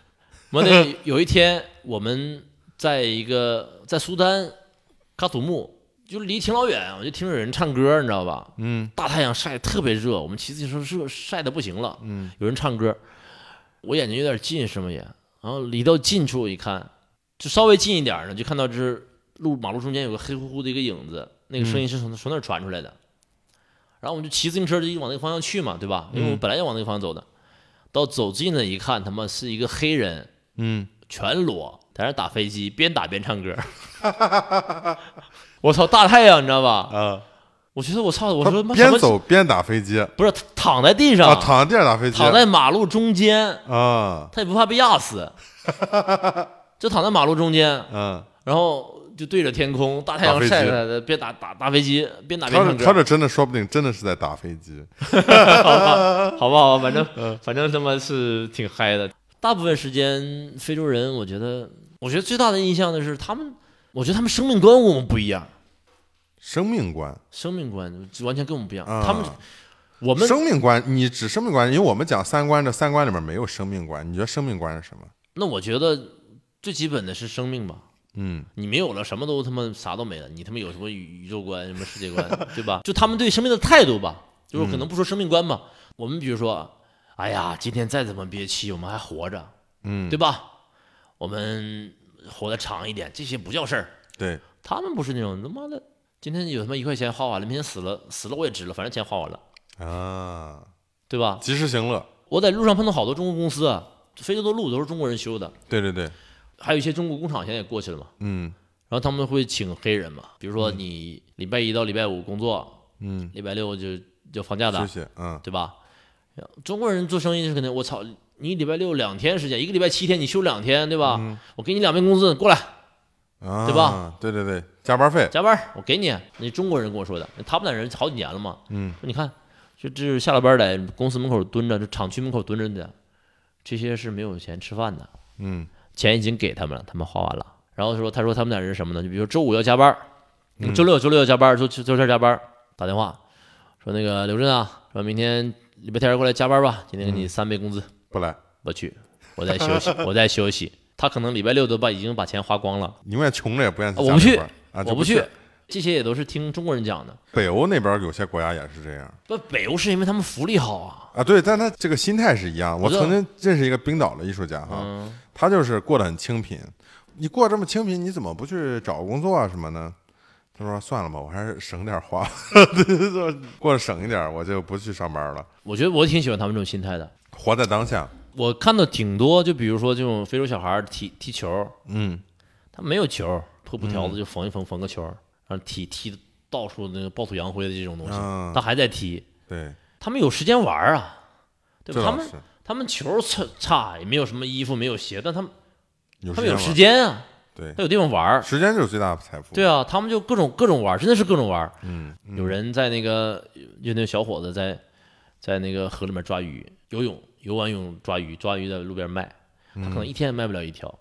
*laughs* 我得有一天我们在一个在苏丹喀土穆就离挺老远，我就听着有人唱歌，你知道吧？嗯大太阳晒特别热，我们骑自行车热晒的不行了，嗯有人唱歌，我眼睛有点近，什么也，然后离到近处一看，就稍微近一点儿呢，就看到这路马路中间有个黑乎乎的一个影子，那嗯个声音是从、从那儿传出来的。然后我们就骑自行车就一直往那个方向去嘛，对吧？因为嗯我本来就往那个方向走的，到走近了一看，他妈是一个黑人，嗯，全裸在那儿打飞机，边打边唱歌。 *laughs* 我操，大太阳，你知道吧？啊，我觉得我操，我他说妈边什么走边打飞机啊，啊不是他躺在地上，躺在地上打飞机，躺在马路中间，啊，他也不怕被压 *laughs* 死，就躺在马路中间，嗯，然后就对着天空，大太阳打飞机晒出来的，边打打打飞机，边打边他唱这他歌，这真的说不定真的是在打飞机，好吧，好吧，好吧，反正反正他妈是挺嗨的。大部分时间，非洲人，我觉得，我觉得最大的印象的是他们，我觉得他们生命观跟我们不一样，生命观，生命观完全跟我们不一样。啊他们，我们生命观，你指生命观，因为我们讲三观，这三观里面没有生命观，你觉得生命观是什么？那我觉得最基本的是生命吧，嗯你没有了，什么都他妈啥都没了，你他妈有什么宇宇宙观、什么世界观， *laughs* 对吧？就他们对生命的态度吧，就是可能不说生命观吧，我们比如说，哎呀，今天再怎么憋气，我们还活着，嗯，对吧？我们活得长一点，这些不叫事儿。对，他们不是那种他妈的，今天有他妈一块钱花完了，明天死了死了我也值了，反正钱花完了，啊，对吧？及时行乐，我在路上碰到好多中国公司啊，非洲的路都是中国人修的，对对对，还有一些中国工厂现在也过去了嘛。嗯然后他们会请黑人嘛，比如说你礼拜一到礼拜五工作，嗯，礼拜六就就放假休的，息，嗯对吧？中国人做生意是肯定，我操，你礼拜六两天时间，一个礼拜七天，你休两天，对吧？我给你两份工资，过来啊，对吧？对对对，加班费，加班儿，我给你。你中国人跟我说的，他们那人好几年了嘛，嗯，说你看，就这下了班在公司门口蹲着，就厂区门口蹲着的，这些是没有钱吃饭的，嗯钱已经给他们了，他们花完了。然后说，他说他们俩人是什么呢？就比如说周五要加班儿，嗯周六周六要加班儿，周周周天加班儿，打电话说那个刘震啊，说明天礼拜天过来加班吧，今天给嗯你三倍工资。不来，我去，我在 *laughs* 休息，我在休息。他可能礼拜六都把已经把钱花光了，宁愿穷着也不愿意啊我不去加班啊，我就不去。。这些也都是听中国人讲的。北欧那边有些国家也是这样。不，北欧是因为他们福利好啊。啊，对，但他这个心态是一样。我知道嗯曾经认识一个冰岛的艺术家哈，他就是过得很清贫。你过这么清贫，你怎么不去找个工作啊什么呢？他说算了吧，我还是省点花， *laughs* 对说过得省一点，我就不去上班了，我觉得我挺喜欢他们这种心态的。活在当下。我看到挺多，就比如说这种非洲小孩儿踢踢球，嗯，他没有球，拖布条子就缝一缝，缝个球，然后踢踢到处那个暴土扬灰的这种东西，啊他还在踢。对，他们有时间玩儿啊，对这吧？他倒们是他们球差差，也没有什么衣服，没有鞋，但他们有他时间们有玩时间啊，对，他有地方玩儿。时间就是最大的财富。对啊，他们就各种各种玩儿，真的是各种玩儿。嗯，嗯，有人在那个就那个小伙子在在那个河里面抓鱼，游泳游完泳抓鱼，抓鱼在路边卖，嗯他可能一天也卖不了一条，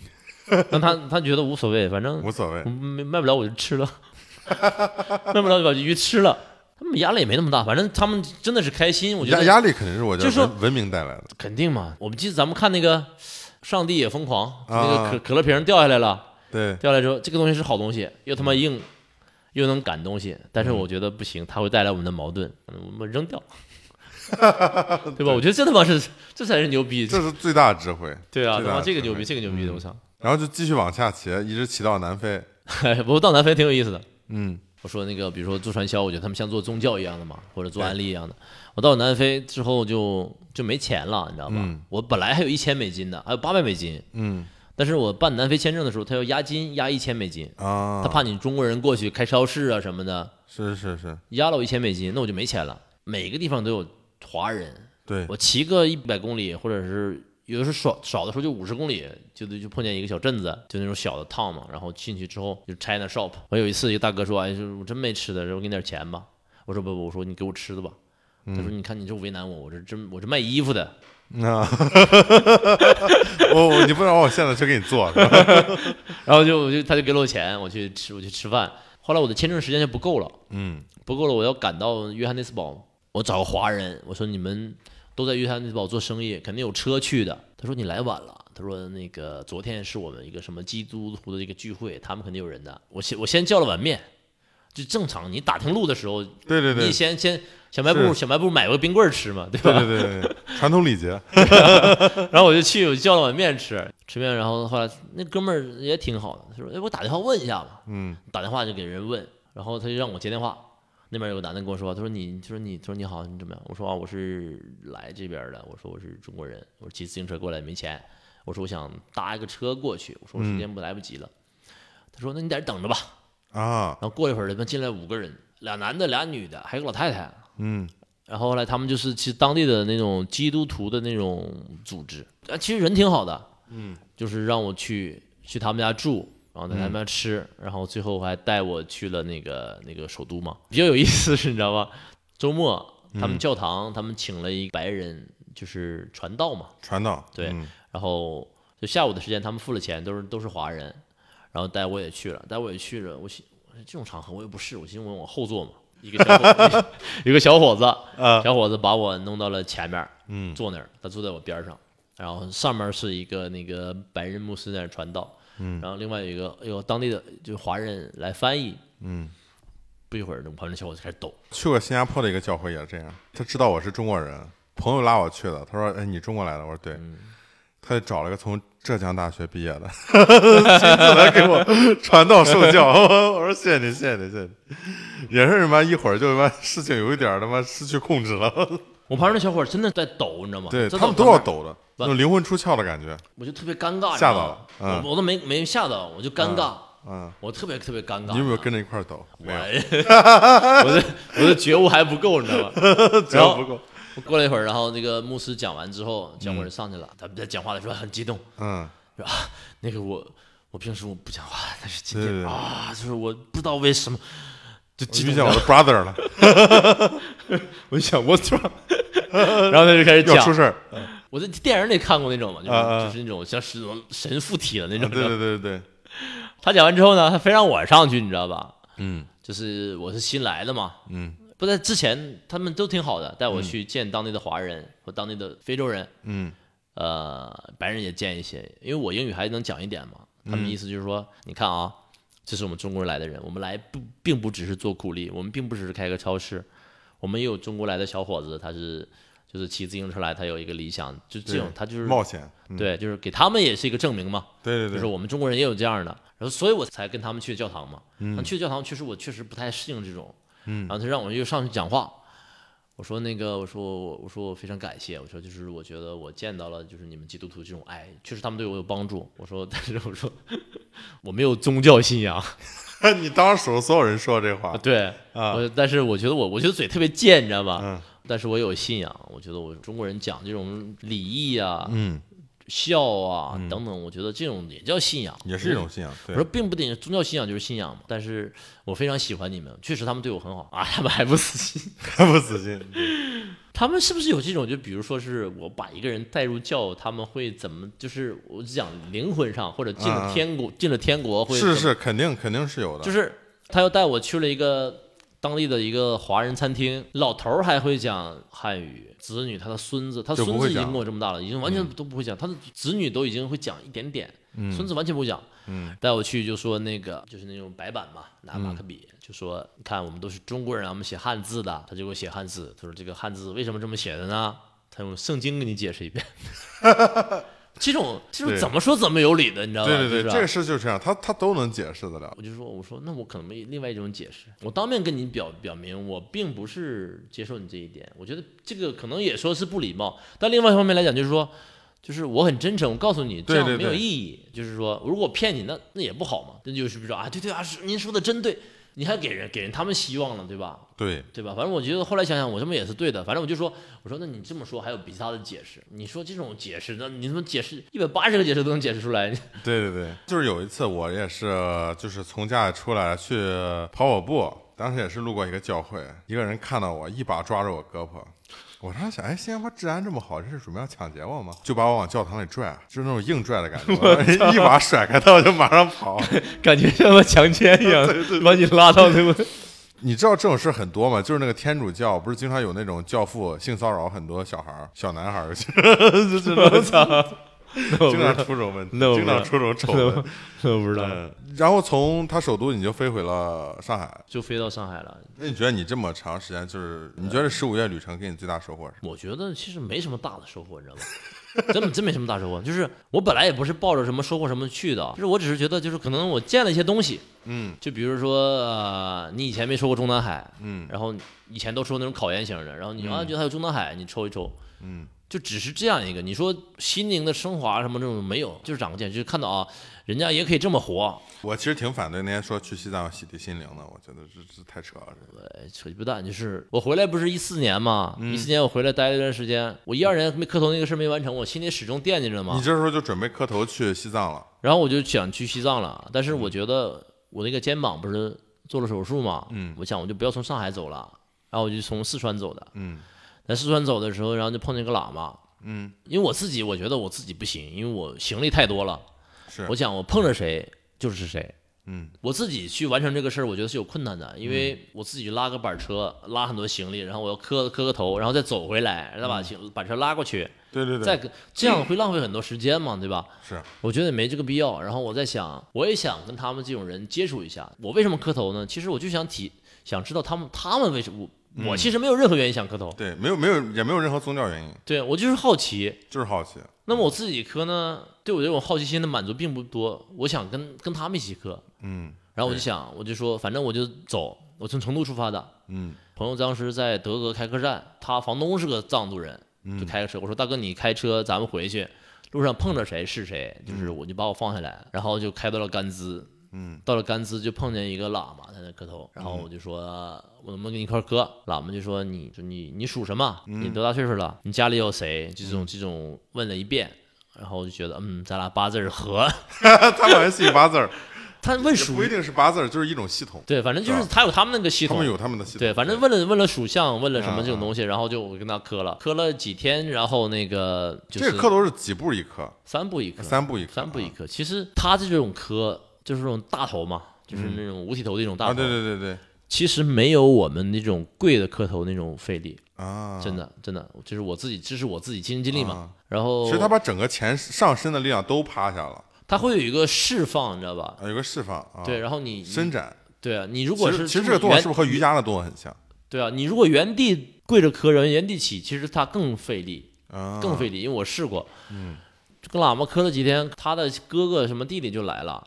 *laughs* 但他他觉得无所谓，反正无所谓我。没卖不了我就吃了， *laughs* 卖不了就把鱼吃了。他们压力也没那么大，反正他们真的是开心，我觉压得压力肯定是我觉就是得说文文明带来的。肯定嘛。我们记得咱们看那个《上帝也疯狂》，那啊个可可乐瓶掉下来了，对，掉下来之后，这个东西是好东西，又他妈硬，又能擀东西，但是嗯我觉得不行，它会带来我们的矛盾，嗯我们扔 *laughs* 掉，对吧？我觉得这他妈是这才是牛逼，这是最大的智慧。对最啊，他大妈的这个智牛慧逼，这个牛逼的，我操！ *laughs* 然后就继续往下骑，一直骑到南非。不过到南非挺有意思的，嗯我说那个，比如说做传销，我觉得他们像做宗教一样的嘛，或者做对安利一样的。我到南非之后就就没钱了，你知道吧？嗯我本来还有一千美金呢，还有八百美金，嗯但是我办南非签证的时候，他要押金押一千美金，啊，他怕你中国人过去开超市啊什么的，是是是，压了我一千美金，那我就没钱了。每个地方都有华人，对，我骑个一百公里，或者是有的时候少少的时候就五十公里，就就碰见一个小镇子，就那种小的 town 嘛。然后进去之后就是 China shop。我有一次一个大哥说：“哎，就是我真没吃的，我给你点钱吧。”我说：“不不，我说你给我吃的吧。”他说：“你看你这为难我，我这真我这卖衣服的。 *laughs* *laughs* 啊，我我你不让我现在就给你做，是吧”然后就我就他就给了我钱，我去吃我去吃饭。后来我的签证时间就不够了，嗯不够了，我要赶到约翰内斯堡，我找个华人，我说你们都在约翰内斯堡做生意，肯定有车去的。他说你来晚了，他说那个昨天是我们一个什么基督徒的一个聚会，他们肯定有人的。我先我先叫了碗面，就正常。你打听路的时候，对对对你，先先小卖部是小卖部买个冰棍儿吃嘛，对吧？对对对对，传统礼节，然后我就去，我就叫了碗面吃，吃面，然后后来那哥们儿也挺好的，他说：“哎，我打电话问一下吧。嗯”打电话就给人问，然后他就让我接电话。那边有个男的跟我说：“他说你，他说你，他说你好，你怎么样？”我说：“啊，我是来这边的。我说我是中国人，我骑自行车过来没钱。我说我想搭一个车过去，我说我时间不来不及了。他说：“那你在这等着吧。啊”，然后过一会儿，他们进来五个人，俩男的，俩女的，还有个老太太。嗯然后后来他们就是其实当地的那种基督徒的那种组织，啊，其实人挺好的，嗯，就是让我去去他们家住，然后在他们家吃，然后最后还带我去了那个那个首都嘛。比较有意思是，你知道吗？周末他嗯们教堂、他们请了一白人，就是传道嘛，传道，对嗯然后就下午的时间，他们付了钱，都是都是华人，然后带我也去了，带我也去了，我寻我说这种场合我也不是，我寻思我往后座嘛，一个 *laughs* 小伙一个小伙子，小伙子把我弄到了前面，嗯坐那儿，他坐在我边上，然后上面是一个那个白人牧师在那儿传道，嗯然后另外有一个有当地的就华人来翻译，嗯，不一会儿，我旁边小伙子开始抖，去过新加坡的一个教会也是这样，他知道我是中国人，朋友拉我去的，他说：“哎，你中国来的？”我说：“对。嗯他就找了个从浙江大学毕业的， *laughs* 亲自来给我传道授教。 *laughs* 我说：“谢谢你，谢谢你，谢谢你。”也是他妈一会儿就他妈事情有一点儿他妈失去控制了，我旁边那小伙儿真的在抖，你知道吗？对真的他们都旁要边抖的，那种灵魂出窍的感觉。我就特别尴尬，你知吓道到吗了嗯我我都没没吓到，我就尴尬，嗯，我特别特别尴尬。你有没有跟着一块儿抖？我没有， *laughs* 我的我的觉悟还不够，你知 *laughs* 道吗？只要不够。我过了一会儿，然后那个牧师讲完之后，小伙儿上去了，他他讲话的时候很激动，嗯，是吧？那个我我平时我不讲话，但是今对对天对啊，就是我不知道为什么就嗯我激遇动见我了，的 brother 了， *laughs* 我就想我操，然后他就开始要出讲，事儿。我在电影里看过那种嘛，就是、啊啊就是那种像是那种神附体的那嗯对种。对对对对，他讲完之后呢，他非让我上去，你知道吧？嗯就是我是新来的嘛，嗯不在之前他们都挺好的，带我去见当地的华人和当地的非洲人，嗯呃，白人也见一些，因为我英语还能讲一点嘛。他们意思就是说，你看啊，这是我们中国人来的人，我们来不并不只是做苦力，我们并不只是开个超市，我们也有中国来的小伙子，他是就是骑自行车来，他有一个理想，就这种对他就是冒险。嗯对，就是给他们也是一个证明嘛，对就对是对，我们中国人也有这样的，然后所以我才跟他们去教堂嘛。嗯，去教堂确实我确实不太适应这种，嗯，然后他让我又上去讲话，我说那个我说我我说我非常感谢，我说就是我觉得我见到了就是你们基督徒这种爱，确实他们对我有帮助。我说但是我说我没有宗教信仰， *laughs* 你当时所有人说这话，对，啊我但是我觉得我我觉得嘴特别贱，你知道吧？嗯但是我有信仰，我觉得我中国人讲这种礼仪啊、嗯，孝啊、等等，我觉得这种也叫信仰，也是一种信仰。我对说，并不定宗教信仰就是信仰嘛，但是我非常喜欢你们，确实他们对我很好啊，他们还不死心。 *laughs* 还 *laughs* 不死心。他们是不是有这种，就比如说是我把一个人带入教，他们会怎么？就是我讲灵魂上，或者进啊了啊天国，进了天国会是怎么，是，肯定肯定是有的。就是他要带我去了一个当地的一个华人餐厅，老头儿还会讲汉语，子女他的孙子，他就孙不子会已经讲嗯跟我这么大了，已经完全都不会讲，他的子女都已经会讲一点点，孙子完全不讲。嗯带我去就说那个就是那种白板嘛，拿马克笔、就说你看我们都是中国人啊，我们写汉字的。他就给我写汉字，他说这个汉字为什么这么写的呢？他用圣经给你解释一 *laughs* 遍。这种这种对怎么说怎么有理的，你知道吧？对对对，就是啊这个事就这样，他他都能解释得了。我就说，我说那我可能没另外一种解释，我当面跟你表表明我并不是接受你这一点，我觉得这个可能也说是不礼貌，但另外一方面来讲，就是说，就是我很真诚，我告诉你这对样对没有对意义，就是说如果骗你那那也不好嘛，那就是比如说啊，对对啊，是您说的真对，你还给人给人他们希望了，对吧？对，对吧？反正我觉得后来想想，我这么也是对的。反正我就说，我说那你这么说还有其他的解释？你说这种解释，那你怎么解释一百八十个解释都能解释出来？对对对，就是有一次我也是，就是从家里出来去跑跑步，当时也是路过一个教会，一个人看到我，一把抓住我胳膊。我当时想，哎，新加坡治安这么好，这是准备要抢劫我吗？就把我往教堂里拽，就是那种硬拽的感 *laughs* 觉。我一把甩开他，我就马上跑。感觉像他强奸一 *laughs* 样，把你拉到那个。你知道这种事很多吗？就是那个天主教，不是经常 *laughs* 有那种教父性骚扰很多小孩儿、小男孩儿，就是我操！那我不经知道常出这种问题，那我不经知道常出这种丑那闻我。 *laughs* 那我 *laughs* 不知道，嗯，然后从他首都你就飞回了上海。就飞到上海了。那你觉得你这么长时间，就是你觉得十五月旅程给你最大收获是什我觉得其实没什么大的收获，你知道吗？ *laughs* 真的真没什么大收获，就是我本来也不是抱着什么收获什么去的，就是我只是觉得就是可能我见了一些东西，么？嗯就比如说呃，你以前没抽过中南海，嗯然后以前都抽那种考研型的，然后你啊觉得还有中南海，你抽一抽，嗯就只是这样一个。你说心灵的升华什么这种没有，就是长个见识，就是看到啊，人家也可以这么活，我其实挺反对那些说去西藏洗涤心灵的，我觉得这这太扯了。这个哎扯鸡巴蛋！就是我回来不是一四年嘛，嗯一四、年我回来待了一段时间，我一二年没磕头那个事儿没完成，我心里始终惦记着嘛你。这时候就准备磕头去西藏了。然后我就想去西藏了，但是我嗯觉得我那个肩膀不是做了手术嘛，嗯我想我就不要从上海走了，然后我就从四川走的。嗯在四川走的时候，然后就碰见个喇嘛，嗯，因为我自己我觉得我自己不行，因为我行李太多了，是我想我碰着谁就是谁。嗯我自己去完成这个事儿，我觉得是有困难的，因为我自己拉个板车，拉很多行李，然后我要磕磕个头，然后再走回来，再把嗯行板车拉过去，对对再对，跟这样会浪费很多时间嘛，对吧？是我觉得也没这个必要。然后我在想，我也想跟他们这种人接触一下。我为什么磕头呢？其实我就想体想知道他们他们为什么我嗯我其实没有任何原因想磕头，对，没有没有也没有任何宗教原因，对我就是好奇。就是好奇。那么我自己磕呢，对我这种好奇心的满足并不多。我想跟跟他们一起磕，嗯然后我就想，我就说，反正我就走，我从成都出发的。嗯朋友当时在德国开客栈，他房东是个藏族人，嗯就开个车。我说大哥，你开车，咱们回去，路上碰着谁是谁，就是我就把我放下来，然后就开到了甘孜。嗯，到了甘孜就碰见一个喇嘛在那磕头，然后我就说，我能不能跟你一块儿磕？喇嘛就说你就你你属什么？你嗯多大岁数了？你家里有谁？这种这种问了一遍，然后我就觉得嗯，咱俩八字儿 *laughs* 合。 *laughs* 他好像是一八字儿，他 *laughs* 问也属不一定是八字儿，就是一种系统。对，反正就是是他有他们那个系他统们，有他们的系统。对，反正问了问了属相，问了什啊么这种东西，然后就我跟他磕了，磕了几天，然后那个就是这个磕头是几步一磕？三步一磕，三步一磕。啊三步一磕。其实他这种磕就是这种大头嘛，就是那种五体投地那种大嗯头，啊，对对对对其实没有我们那种跪的磕头那种费力，啊，真的真的，这是我自己，这是我自己亲身经历嘛。啊然后其实他把整个前上身的力量都趴下了，他会有一个释放，你知道吧？啊，有个释放啊，对，，然后你伸展。对啊，你如其果实是其实这个动作原是不是和瑜伽的动作很像对啊，你如果原地跪着磕人，原地起，其实他更费力。啊？更费力，因为我试过，嗯，跟喇嘛磕了几天，他的哥哥什么弟弟就来了，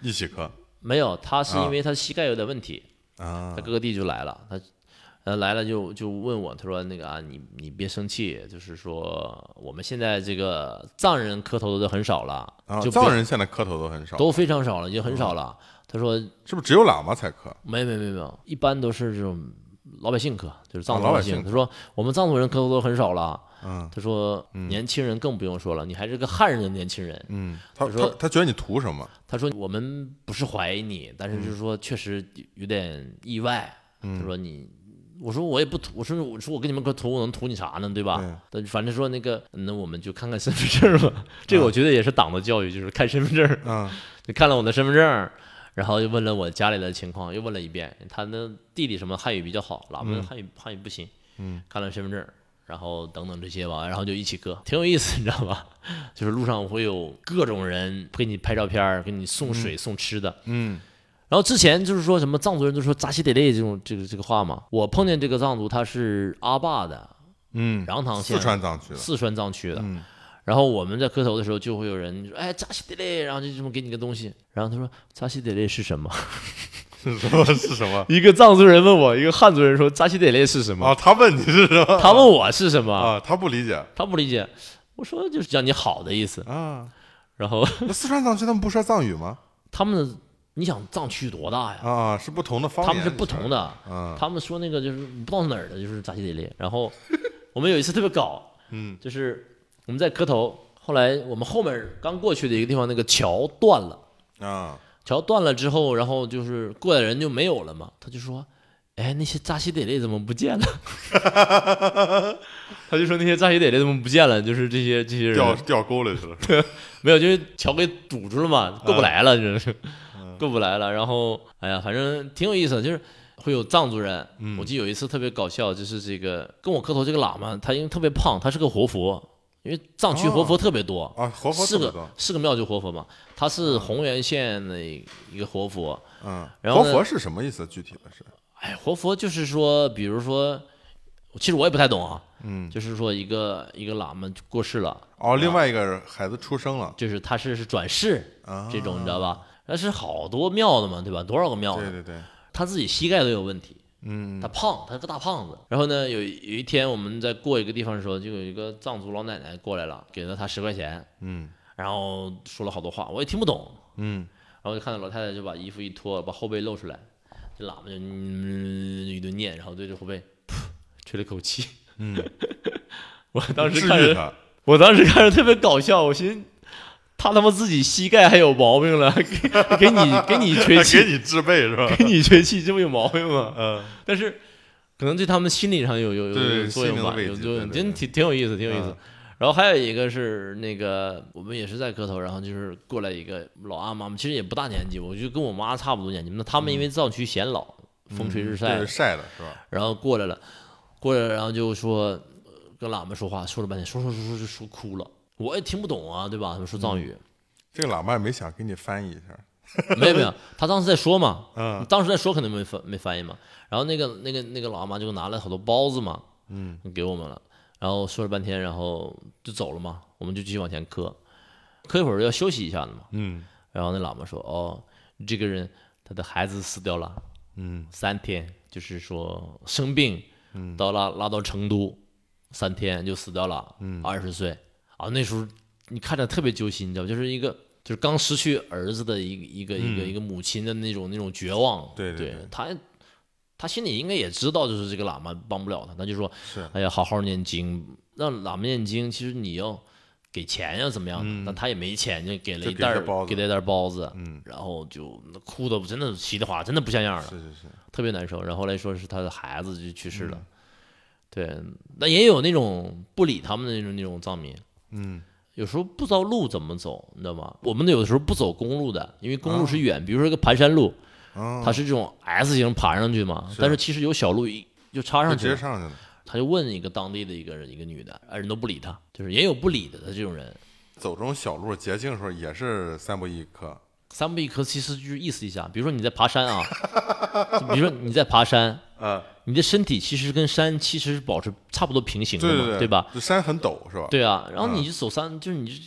一起磕没有，他是啊因为他膝盖有点问题，啊他哥哥弟弟就来了，他。呃，来了就就问我，他说那个啊，你你别生气，就是说我们现在这个藏人磕头的很少了，啊！就藏别人现在磕头都很少，嗯都非常少了，已经很少了。他说是不是只有喇嘛才磕？没没没没有，一般都是这种老百姓磕，就是藏啊族老老百百姓。姓他说我们藏族人磕头都很少了，嗯他说年轻人更不用说了，你还是个汉人的年轻人，嗯，他他他说他觉得你图什么？他说我们不是怀疑你，但是就是说确实有点意外。他说你，我说我也不图，我说我说我跟你们磕头，我能图你啥呢，对吧？他反正说那个，那我们就看看身份证吧。这个我觉得也是党的教育，就是看身份证。嗯就看了我的身份证，然后又问了我家里的情况，又问了一遍。他那弟弟什么汉语比较好，喇嘛汉语、汉语不行。嗯，看了身份证，然后等等这些吧，然后就一起磕，挺有意思，你知道吧？ *laughs* 就是路上会有各种人给你拍照片儿，给你送水、送吃的。嗯然后之前就是说什么藏族人都说扎西得勒这种这个这个话嘛，我碰见这个藏族他是阿坝的， *coughs* 嗯，穰塘县四川藏区的，四川藏区的。嗯然后我们在磕头的时候，就会有人说：“哎，扎西德勒。”然后就这么给你个东西。然后他说：“扎西德勒是什么是什么是什么？” *laughs* ？一个藏族人问我，一个汉族人说：“扎西德勒是什么啊，他问你是什？”么？哦他问我是什么，啊，他不理解他不理解。我说就是讲你好的意思。啊。然后那四川藏区他们不说藏语吗？他们的，你想藏区多大呀？啊，是不同的方他言，们是不同的。的。嗯他们说那个就是不知道哪儿的，就是扎西德勒。然后 *laughs* 我们有一次特别搞，嗯就是我们在磕头，后来我们后面刚过去的一个地方，那个桥断了。啊，桥断了之后，然后就是过来人就没有了嘛，他就说，哎，那些扎西得勒怎么不见了？ *laughs* 他就说那些扎西得勒怎么不见了？就是这些这些掉人掉沟里去了。没有，就是桥给堵住了嘛，过不来了，就是 *laughs* 过不来了。然后哎呀，反正挺有意思的，就是。会有藏族人，嗯我记得有一次特别搞笑，就是这个跟我磕头这个喇嘛，他因为特别胖，他是个活佛，因为藏区活佛特别多，啊，哦活佛是特别个多，是个庙就活佛嘛，他是红原县的一个活佛。嗯，然后活呢佛是什么意思？具体的是，哎，活佛就是说，比如说，其实我也不太懂啊，嗯，就是说一个一个喇嘛过世了，哦，另外一个孩子出生了就是他是是转世啊，这种，你知道吧？但是好多庙的嘛，对吧？多少个庙对呢？对对，他自己膝盖都有问题，嗯他胖，他是个大胖子。然后呢，有有一天我们在过一个地方的时候，就有一个藏族老奶奶过来了，给了他十块钱，嗯然后说了好多话，我也听不懂。嗯，然后就看到老太太就把衣服一脱，把后背露出来，这喇嘛就、嗯、一顿念，然后对着后背噗吹了口气。嗯，我当时治看愈着，他，我当时看着特别搞笑，我寻思他他妈自己膝盖还有毛病了，给 *laughs* 给你给你 *laughs* 吹气，你治背 *laughs* 是吧？给你吹气，这不有毛 *laughs* 病吗？嗯，但是可能对他们心理上有有有对有作用心吧，灵的慰藉有作用，对对真挺挺有意思，挺有意思嗯。然后还有一个是那个，我们也是在磕头，然后就是过来一个老阿妈嘛，其实也不大年纪，我就跟我妈差不多年纪。那他们因为藏区显老，风吹日晒嗯对，晒的是吧？然后过来了，过来了，然后就说呃跟喇嘛说话，说了半天，说说说说就说哭了，我也听不懂啊，对吧？他们说藏语，这个喇嘛也没想给你翻译一下，没有没有，他当时在说嘛，嗯当时在说肯定没翻没翻译嘛。然后那个那个那个老妈就拿了好多包子嘛，嗯，给我们了。然后说了半天，然后就走了嘛，我们就继续往前磕，磕一会儿要休息一下的嘛。嗯然后那喇嘛说：“哦，这个人他的孩子死掉了嗯三天，就是说生病，到拉拉到成都，三天就死掉了，二十岁啊。那时候你看着特别揪心，你知道吧？就是一个就是刚失去儿子的一个一个一个一个母亲的那种那种绝望。嗯对对对对他他心里应该也知道，就是这个喇嘛帮不了他，他就说是，哎呀，好好念经，让喇嘛念经。其实你要给钱呀，怎么样的？但他也没钱，就给了嗯就一给袋他儿包子给了一袋儿包子，嗯，然后就哭的真的稀里哗，啦，真的不像样了，是是是，特别难受。然后后来说是他的孩子就去世嗯了，对，那也有那种不理他们的那种那种藏民。嗯有时候不知道路怎么走，你知道吗？我们有的时候不走公路的，因为公路是远，比如说一个盘山路，啊，它是这种 S 型盘上去嘛，但是其实有小路一就插上就去直了接，上去了。他就问一个当地的一个人，一个女的，啊人都不理他，就是也有不理的他这种人。走这种小路捷径的时候也是三步一磕，三步一磕，其实就是意思一下，比如说你在爬山啊， *laughs* 就比如说你在爬山，啊嗯，你的身体其实跟山其实是保持差不多平行的对嘛，对，吧？？这山很陡是吧？对啊，然后你就走山，就是你就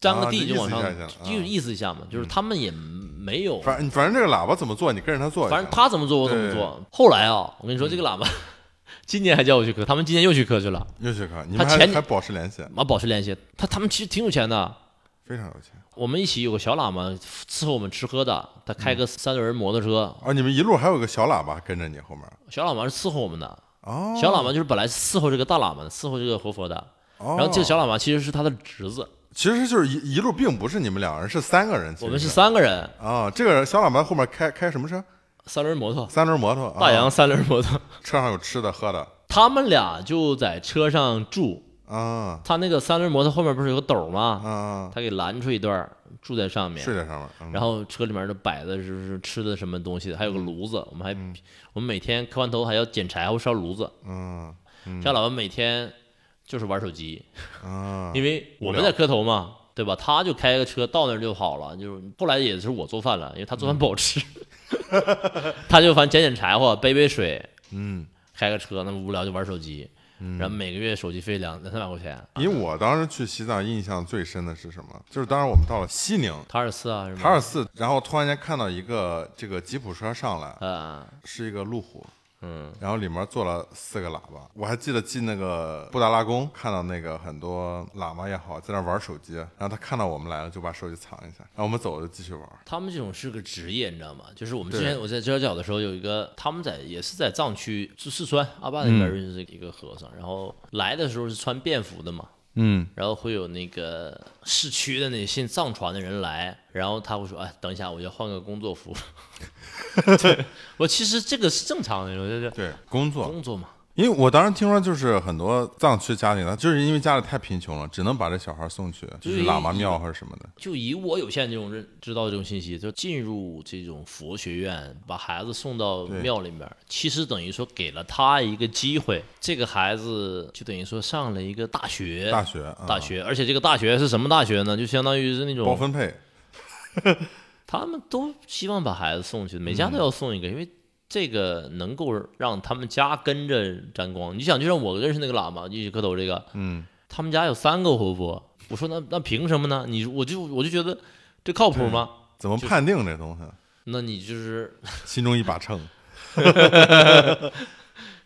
沾个啊地就就往意上，思一下去了就啊意思一下嘛，就是他们也没有，反正反正这个喇叭怎么做，你跟着他做就行反了。正他怎么做我怎么做。后来啊，我跟嗯你说，这个喇嘛 *laughs* 今年还叫我去磕，他们今年又去磕去了，又去看，你他们还前还保持联系，妈保持联系。他他们其实挺有钱的，非常有钱。我们一起有个小喇嘛伺候我们吃喝的，他嗯开个三轮摩托车，哦，你们一路还有个小喇叭跟着你后面。小喇嘛是伺候我们的。哦，小喇嘛就是本来是伺候这个大喇嘛的，伺候这个活佛的。哦，然后这个小喇嘛其实是他的侄子，其实就是一一路并不是你们两人，是三个人。其实我们是三个人，啊，这个小喇叭后面开开什么车？三轮摩托，三轮摩托。大啊洋三轮摩托。车上有吃的喝的他们俩就在车上住，啊他那个三轮摩托后面不是有个斗吗？啊，他给拦出一段儿，住在上面睡。在上面。嗯然后车里面都摆的就是吃的什么东西的，还有个炉子，我们还、我们每天磕完头还要捡柴火烧炉子。嗯张老板每天就是玩手机，啊， *laughs* 因为我无们聊在磕头嘛，对吧？他就开个车到那儿就好了，就是后来也是我做饭了，因为他做嗯饭不好吃， *laughs* 他就反正捡捡柴火，背背水，嗯，开个车，那么无聊就玩手机，然后每个月手机费两两三百块钱，因为我当时去西藏印象最深的是什么？就是当时我们到了西宁塔尔寺啊什么，塔尔寺，然后突然间看到一个这个吉普车上来，啊，是一个路虎，嗯，然后里面坐了四个喇叭。我还记得进那个布达拉宫，看到那个很多喇嘛也好在那玩手机，然后他看到我们来了就把手机藏一下，然后我们走了就继续玩。他们这种是个职业，你知道吗？就是我们对之前我在遮脚的时候，有一个他们在也是在藏区，就四川阿坝那嗯边认识一个和尚，然后来的时候是穿便服的嘛，嗯，然后会有那个市区的那信藏传的人来，然后他会说：“哎，等一下，我要换个工作 *laughs* 服。”对，我其实这个是正常的，我就是对，工作，工作嘛。因为我当时听说，就是很多藏区家庭，他就是因为家里太贫穷了，只能把这小孩送去就是喇嘛庙或者什么的。就以我有限这种认知道这种信息，就进入这种佛学院，把孩子送到庙里面，其实等于说给了他一个机会，这个孩子就等于说上了一个大学，大学，嗯大学，而且这个大学是什么大学呢？就相当于是那包种分配，他们都希望把孩子送去，每家都要送一个，因为这个能够让他们家跟着沾光。你想，就像我认识那个喇嘛，一起磕头这个，嗯，他们家有三个活佛。我说那那凭什么呢？你我就我就觉得这靠谱吗？怎么判定这东西？那你就是心中一把 *laughs* 秤，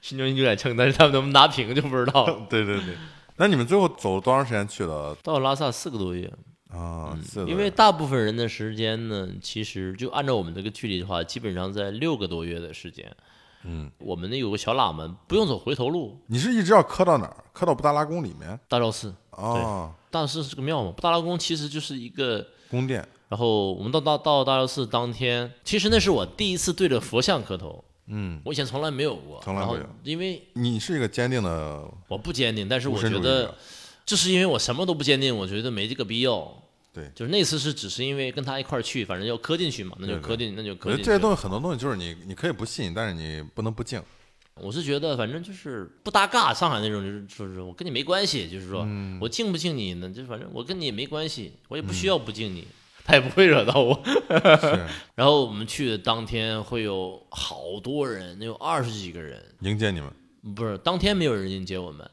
心中有杆秤，但是他们能不能拿平就不知 *laughs* 道了。对对对。那你们最后走多长时间去的到拉萨四个多月，啊？是的嗯因为大部分人的时间呢，其实就按照我们这个距离的话，基本上在六个多月的时间。嗯，我们那有个小喇嘛，不用走回头路，你是一直要磕到哪儿？磕到布达拉宫里面大昭寺。啊？大昭寺是个庙嘛，布达拉宫其实就是一个。宫殿然后我们到到到大昭寺当天，其实那是我第一次对着佛像磕头，嗯，我以前从来没有过。从来没有然后因为你是一个坚定的我不坚定，但是无我神觉主义得者，这是因为我什么都不坚定，我觉得没这个必要。对就是那次是只是因为跟他一块儿去，反正要磕进去嘛，那就对对磕进，那就我磕觉进得去。这些东西很多东西就是你你可以不信，但是你不能不敬。我是觉得，反正就是不搭嘎，上海那种就是说是我跟你没关系，就是说、我敬不敬你呢，就反正我跟你也没关系，我也不需要不敬你，他也不会惹到我。是 *laughs* 然后我们去的当天会有好多人，能有二十几个人，迎接你们，不是当天没有人迎接我们。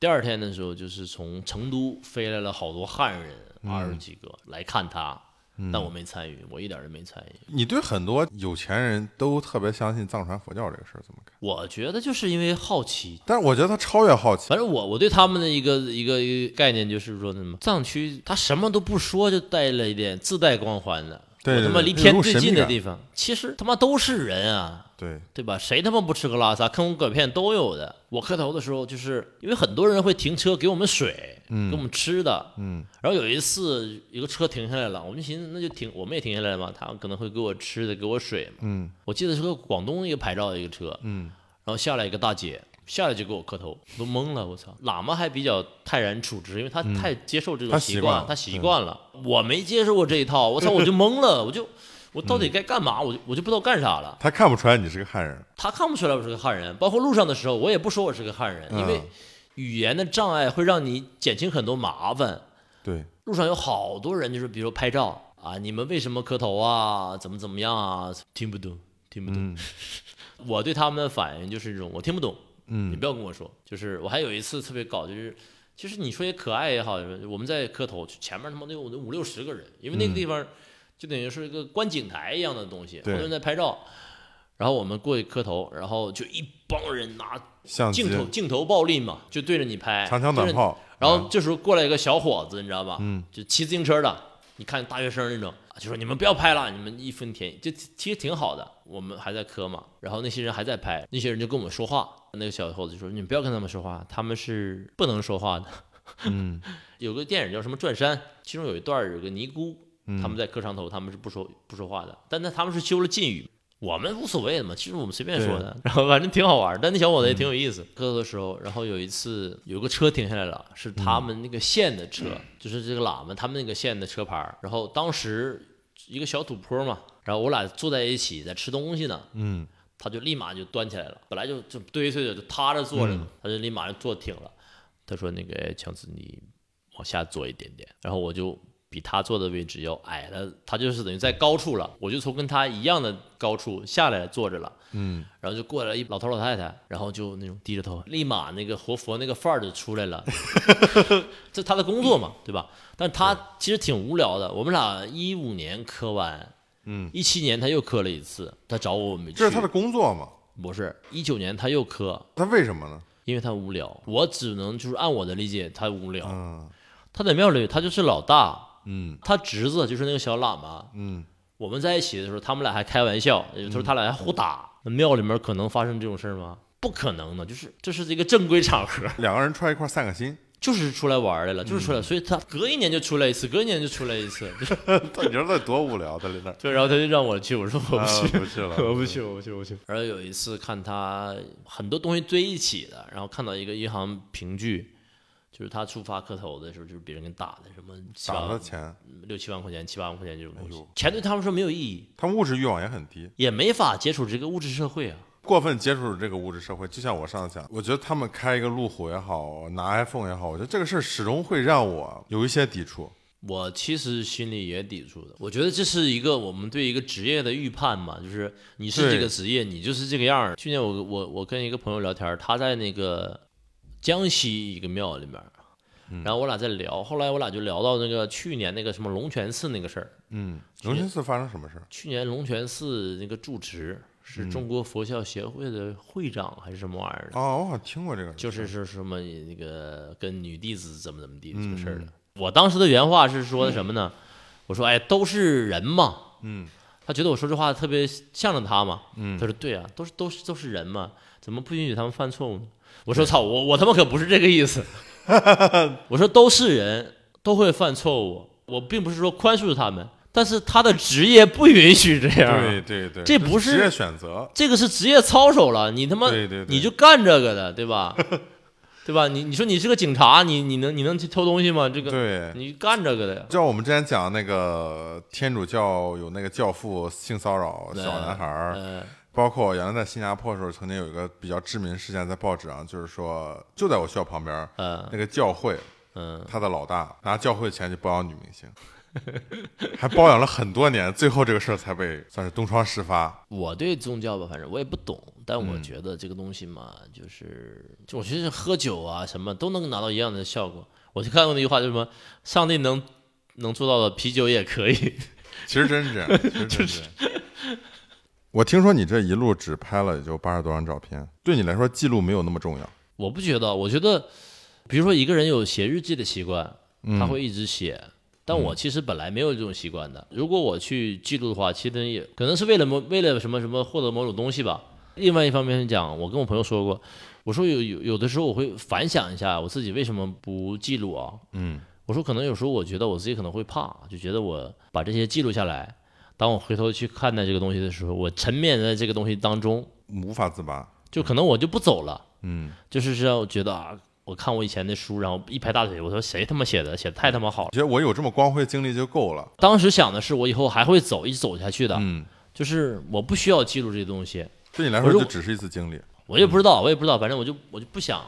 第二天的时候，就是从成都飞来了好多汉人，二十几个来看他，嗯但我没参与，我一点儿都没参与。你对很多有钱人都特别相信藏传佛教这个事儿怎么看？我觉得就是因为好奇，但是我觉得他超越好奇，反正我我对他们的一个一个一个概念就是说，什么藏区他什么都不说，就带了一点自带光环的。对我对他妈对离有天种最神秘近的感地方，其实他妈都是人啊，对，对吧？谁他妈不吃个拉萨？坑蒙拐骗都有的。我磕头的时候，就是因为很多人会停车给我们水，给我们吃的，嗯，然后有一次有个车停下来了，我们就寻思那就停，我们也停下来嘛，他们可能会给我吃的，给我水嘛。嗯我记得是个广东一个牌照的一个车，嗯，然后下来一个大姐，下来就给我磕头，我都懵了，我操！喇嘛还比较泰然处之，因为他太接受这嗯他种习习惯惯了，嗯他习惯了。我没接受过这一套，我操，我就懵了， *laughs* 我就我到底该干嘛？嗯我就我就不知道干啥了。他看不出来你是个汉人，他看不出来我是个汉人，包括路上的时候，我也不说我是个汉嗯人，因为语言的障碍会让你减轻很多麻烦。对，路上有好多人，就是比如说拍照啊，你们为什么磕头啊？怎么怎么样啊？听不懂，听不懂。嗯我对他们的反应就是一种我听不懂，你嗯不要跟我说。就是我还有一次特别搞，就是其实你说也可爱也好，我们在磕头，前面他妈得有五六十个人，因为那个地方就等于是一个观景台一样的东西，好嗯对多人在拍照。然后我们过去磕头，然后就一帮人拿相机镜、头镜头暴力嘛，就对着你拍，嗯长枪对短着你炮，然后这时候过来一个小伙子，你知道吧？嗯，就骑自行车的，你看大学生那种，就说你们不要拍了，你们义愤填膺，就其实挺好的。我们还在磕嘛，然后那些人还在拍，那些人就跟我们说话，那个小伙子就说你们不要跟他们说话，他们是不能说话的。嗯有个电影叫什么《转山》，其中有一段儿有个尼姑，嗯他们在磕长头，他们是不说不说话的，但那他们是修了禁语，我们无所谓的嘛，其实我们随便说的，然 *laughs* 后反正挺好玩儿，但那小伙嗯子也挺有意思。磕头的时候，然后有一次有个车停下来了，是他嗯们那个县的车， *clears throat* 就是这个喇嘛他们那个县的车牌儿，然后当时一个小土坡嘛，然后我俩坐在一起在吃东西呢，嗯，他就立马就端起来了，本来就就堆碎的就趴着坐嗯着嘛，他就立马就坐挺了。他说：“那个哎强子，你往下坐一点点。”然后我就比他坐的位置要矮了，他就是等于在高处了，我就从跟他一样的高处下来坐着了。嗯，然后就过来一老头老太太，然后就那种低着头，立马那个活佛那个范儿就出来 *laughs* 了，这他的工作嘛，对吧？但他其实挺无聊的。我们俩一五年磕完，嗯，一七年他又磕了一次，他找我我没去。这是他的工作嘛？不是，一九年他又磕，他为什么呢？因为他无聊。我只能就是按我的理解，他无聊。嗯他在庙里，他就是老大，嗯他侄子就是那个小喇嘛。嗯，我们在一起的时候，他们俩还开玩笑，有时候他俩还互打。那庙里面可能发生这种事儿吗？不可能的，就是这是一个正规场合， *laughs* 两个人揣一块儿散个心， *laughs* 就是出来玩儿来了，就是出嗯来，所以他隔一年就出来一次，隔一年就出来一次， *laughs* 你说那多无聊的在那儿，对，然后他就让我去，我说 *laughs* 我不去，啊不去了， *laughs* *laughs* 我不去，我不去，我不去。然后有一次看他很多东西堆一起的，然后看到一个银行凭据，就是他触发磕头的时候，就是别人给打的什么七八打了钱，六七万块钱、七八万块钱这种东哎西呦，钱对他们说没有意义，他们物质欲望也很低，也没法接触这个物质社会啊。过分接触这个物质社会，就像我上次讲，我觉得他们开一个路虎也好，拿 iPhone 也好，我觉得这个事儿始终会让我有一些抵触。我其实心里也抵触的，我觉得这是一个我们对一个职业的预判嘛，就是你是对这个职业，你就是这个样儿。去年我我我跟一个朋友聊天儿，他在那个江西一个庙里面儿，然后我俩在聊，后来我俩就聊到那个去年那个什么龙泉寺那个事儿。嗯，龙兴寺发生什么事儿？去年龙泉寺那个住持是中国佛教协会的会长还是什么玩意儿的，哦，我好像听过这个人，就是是什么那个跟女弟子怎么怎么地这个事儿的。我当时的原话是说的什么呢？我说哎，都是人嘛。嗯，他觉得我说这话特别向着他嘛，嗯他说对啊，都是都是都是人嘛，怎么不允许他们犯错误呢？我说操，我我他妈可不是这个意思，我说都是人，都会犯错误，我并不是说宽恕他们，但是他的职业不允许这样，对对对，这不是是职业选择，这个是职业操守了，你他妈对对对你就干这个的，对 *laughs* 吧？对吧？你你说你是个警察，你你能你能去偷东西吗？这个对。你干这个的呀，就像我们之前讲那个天主教有那个教父性骚扰小男孩儿，呃，包括我原来在新加坡的时候，曾经有一个比较知名事件在报纸上，就是说就在我学校旁边儿嗯那个教会，嗯，他的老大拿教会的钱去包养女明星， *laughs* 还包养了很多年，最后这个事儿才被算是东窗事发。我对宗教吧，反正我也不懂，但嗯我觉得这个东西嘛，就是就我觉得喝酒啊什么都能拿到一样的效果。我就看过那句话，就是什么上帝能能做到的，啤酒也可以。其实真是这样，其实真是这样。 *laughs* 我听说你这一路只拍了也就八十多张照片，对你来说记录没有那么重要。我不觉得，我觉得，比如说一个人有写日记的习惯，嗯他会一直写。但我其实本来没有这种习惯的。如果我去记录的话，其实也可能是为了某为了什么什么获得某种东西吧。另外一方面讲，我跟我朋友说过，我说有有有的时候我会反想一下我自己为什么不记录啊？嗯，我说可能有时候我觉得我自己可能会怕，就觉得我把这些记录下来，当我回头去看待这个东西的时候，我沉湎在这个东西当中，无法自拔。就可能我就不走了。嗯，就是让我觉得啊，我看我以前的书，然后一拍大腿，我说谁他妈写的，写的太他妈好了我。觉得我有这么光辉经历就够了。当时想的是，我以后还会走，一直走下去的，嗯，就是我不需要记录这些东西，对你来我说如就只是一次经历。我也不知道，我也不知道，反正我就我就不想。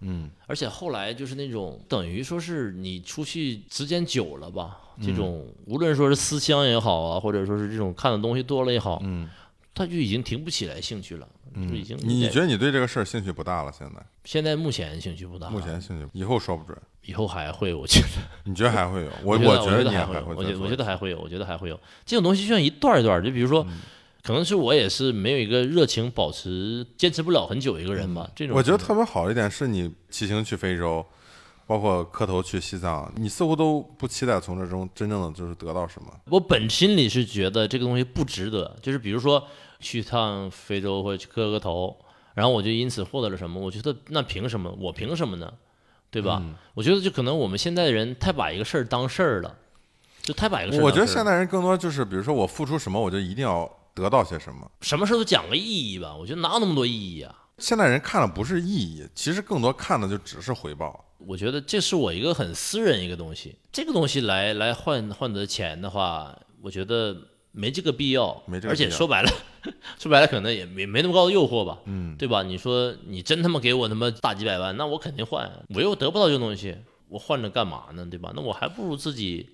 嗯，而且后来就是那种等于说是你出去时间久了吧，嗯这种、无论说是思乡也好啊，或者说是这种看的东西多了也好，嗯，他就已经挺不起来兴趣了，就已经你有觉点得你对这个事儿兴趣不大了？现在现在目前兴趣不大，目前兴趣，啊以后说不准。以后还会，我觉得。你觉得还会有？我我觉觉得你还还有会我再觉得做我觉得还会有，我觉得还会有这种东西，就像一段儿一段儿，就比如说，嗯可能是我也是没有一个热情，保持坚持不了很久一个人吧。这种嗯我觉得可能特别好的一点是你骑行去非洲，包括磕头去西藏，你似乎都不期待从这中真正的就是得到什么。我本心里是觉得这个东西不值得，就是比如说去趟非洲或者去磕个头，然后我就因此获得了什么，我觉得那凭什么？我凭什么呢？对吧？嗯我觉得就可能我们现在的人太把一个事儿当事儿了，就太把一个事儿。我觉得现代人更多就是，比如说我付出什么，我就一定要得到些什么。什么事儿都讲个意义吧，我觉得哪有那么多意义啊？现代人看的不是意义，其实更多看的就只是回报。我觉得这是我一个很私人一个东西，这个东西来来换换得钱的话，我觉得没这个必要，没这个而且必要说白了， *laughs* 说白了可能也没没那么高的诱惑吧，嗯，对吧？你说你真他妈给我他妈大几百万，那我肯定换啊，我又得不到这个东西，我换着干嘛呢？对吧？那我还不如自己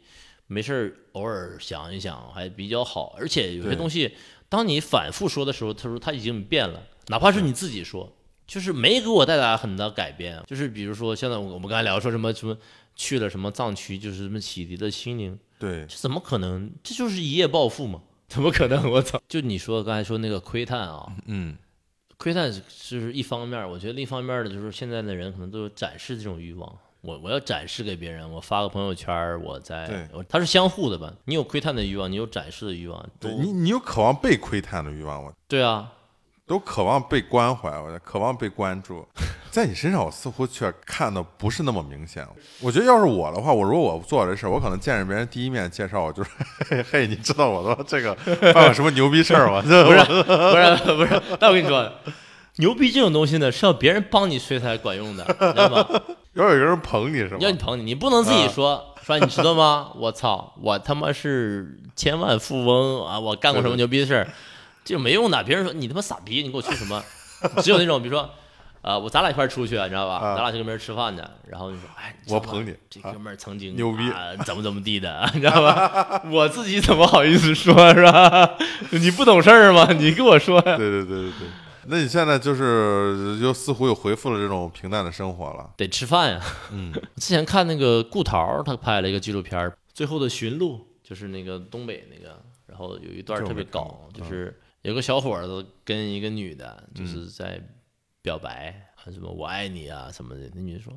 没事儿偶尔想一想还比较好，而且有对些东西，当你反复说的时候，他说他已经变了，哪怕是你自己说。就是没给我带来很大改变。啊就是比如说，现在我我们刚才聊说什么什么去了什么藏区，就是什么洗涤了心灵，对，这怎么可能？这就是一夜暴富嘛？怎么可能？我操！就你说刚才说那个窥探啊，嗯，窥探是是一方面儿，我觉得另一方面儿的就是现在的人可能都有展示这种欲望。我我要展示给别人，我发个朋友圈儿，我对在，我它是相互的吧？你有窥探的欲望，你有展示的欲望，对都你，你有渴望被窥探的欲望，我对啊，都渴望被关怀，我渴望被关注， *laughs* 在你身上我似乎却看的不是那么明显。我觉得要是我的话，我如果我做这事儿，我可能见着别人第一面介绍我就是， *laughs* 嘿嘿，你知道我的这个办了什么牛逼事儿 *laughs* 吗？ *laughs* 不是不是不是，但我跟你说，牛逼这种东西呢是要别人帮你吹才管用的，知道吗？要有人捧你是啊吗？要你捧你，你不能自己说。说你知道吗？ *laughs* 我操！我他妈是千万富翁啊！我干过什么牛逼 *laughs* 的事儿，这没用的。别人说你他妈傻逼，你给我去什么？ *laughs* 只有那种，比如说，呃，我咱俩一块儿出去，你知道吧？啊咱俩去跟别人吃饭去，然后你说，哎，知道我吗捧你这啊哥们儿曾经牛逼啊怎么怎么地的， *laughs* 你知道吧？我自己怎么好意思说，是吧？ *laughs* 你不懂事儿吗？你跟我说呀。对对对对对。那你现在就是又似乎又恢复了这种平淡的生活了，得吃饭呀。嗯，之前看那个顾桃儿，他拍了一个纪录片儿《最后的寻路》，就是那个东北那个，然后有一段儿这特我没别看搞过，就嗯是有个小伙子跟一个女的，就是在表白，啊什么我爱你啊什么的，那女的说。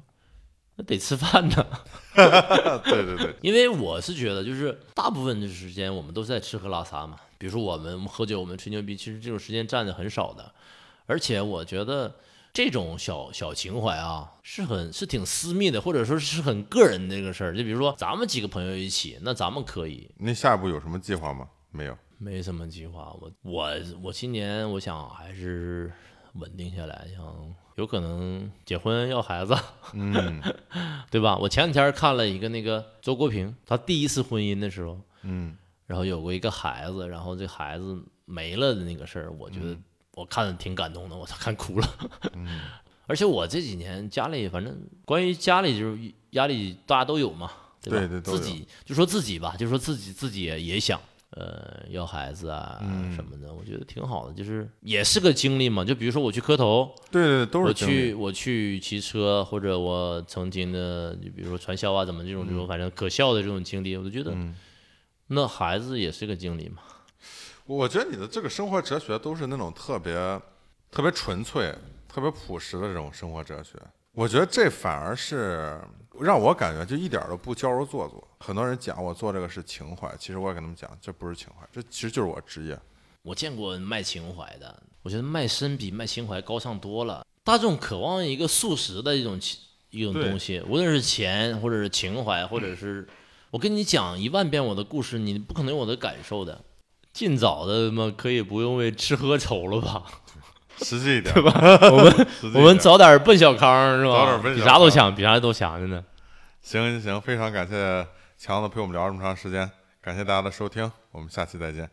那得吃饭呢， *laughs* 对对对，因为我是觉得，就是大部分的时间我们都是在吃喝拉撒嘛。比如说我们我们喝酒，我们吹牛逼，其实这种时间占的很少的。而且我觉得这种小小情怀啊，是很是挺私密的，或者说是很个人的这个事儿。就比如说咱们几个朋友一起，那咱们可以那下一步有什么计划吗？没有，没什么计划。我我我今年我想还是稳定下来，想有可能结婚要孩子，嗯 *laughs* 对吧？我前两天看了一个那个周国平，他第一次婚姻的时候，嗯，然后有过一个孩子，然后这孩子没了的那个事儿，我觉得嗯我看的挺感动的，我操，看哭了。 *laughs* 而且我这几年家里反正关于家里就是压力大家都有嘛，吧？对对都有自己就说自己吧，就说自己自己也也想。呃，要孩子啊嗯什么的，我觉得挺好的，就是也是个经历嘛。就比如说我去磕头，对对对，都我是经历去我去骑车，或者我曾经的，就比如说传销啊，怎么这种这嗯种，反正可笑的这种经历，我就觉得，那孩子也是个经历嘛。我觉得你的这个生活哲学都是那种特别、特别纯粹、特别朴实的这种生活哲学。我觉得这反而是让我感觉就一点儿都不矫揉做作。很多人讲我做这个是情怀，其实我也跟他们讲，这不是情怀，这其实就是我职业。我见过卖情怀的，我觉得卖身比卖情怀高尚多了。大众渴望一个速食的一种情一种对东西，无论是钱，或者是情怀，或者是我跟你讲一万遍我的故事，你不可能有我的感受的。尽早的他妈可以不用为吃喝愁了吧？实际一点，对吧？我们我们早点奔小康是吧？早点奔小康比啥都强，比啥都强着呢。行行行，非常感谢强子陪我们聊这么长时间，感谢大家的收听，我们下期再见。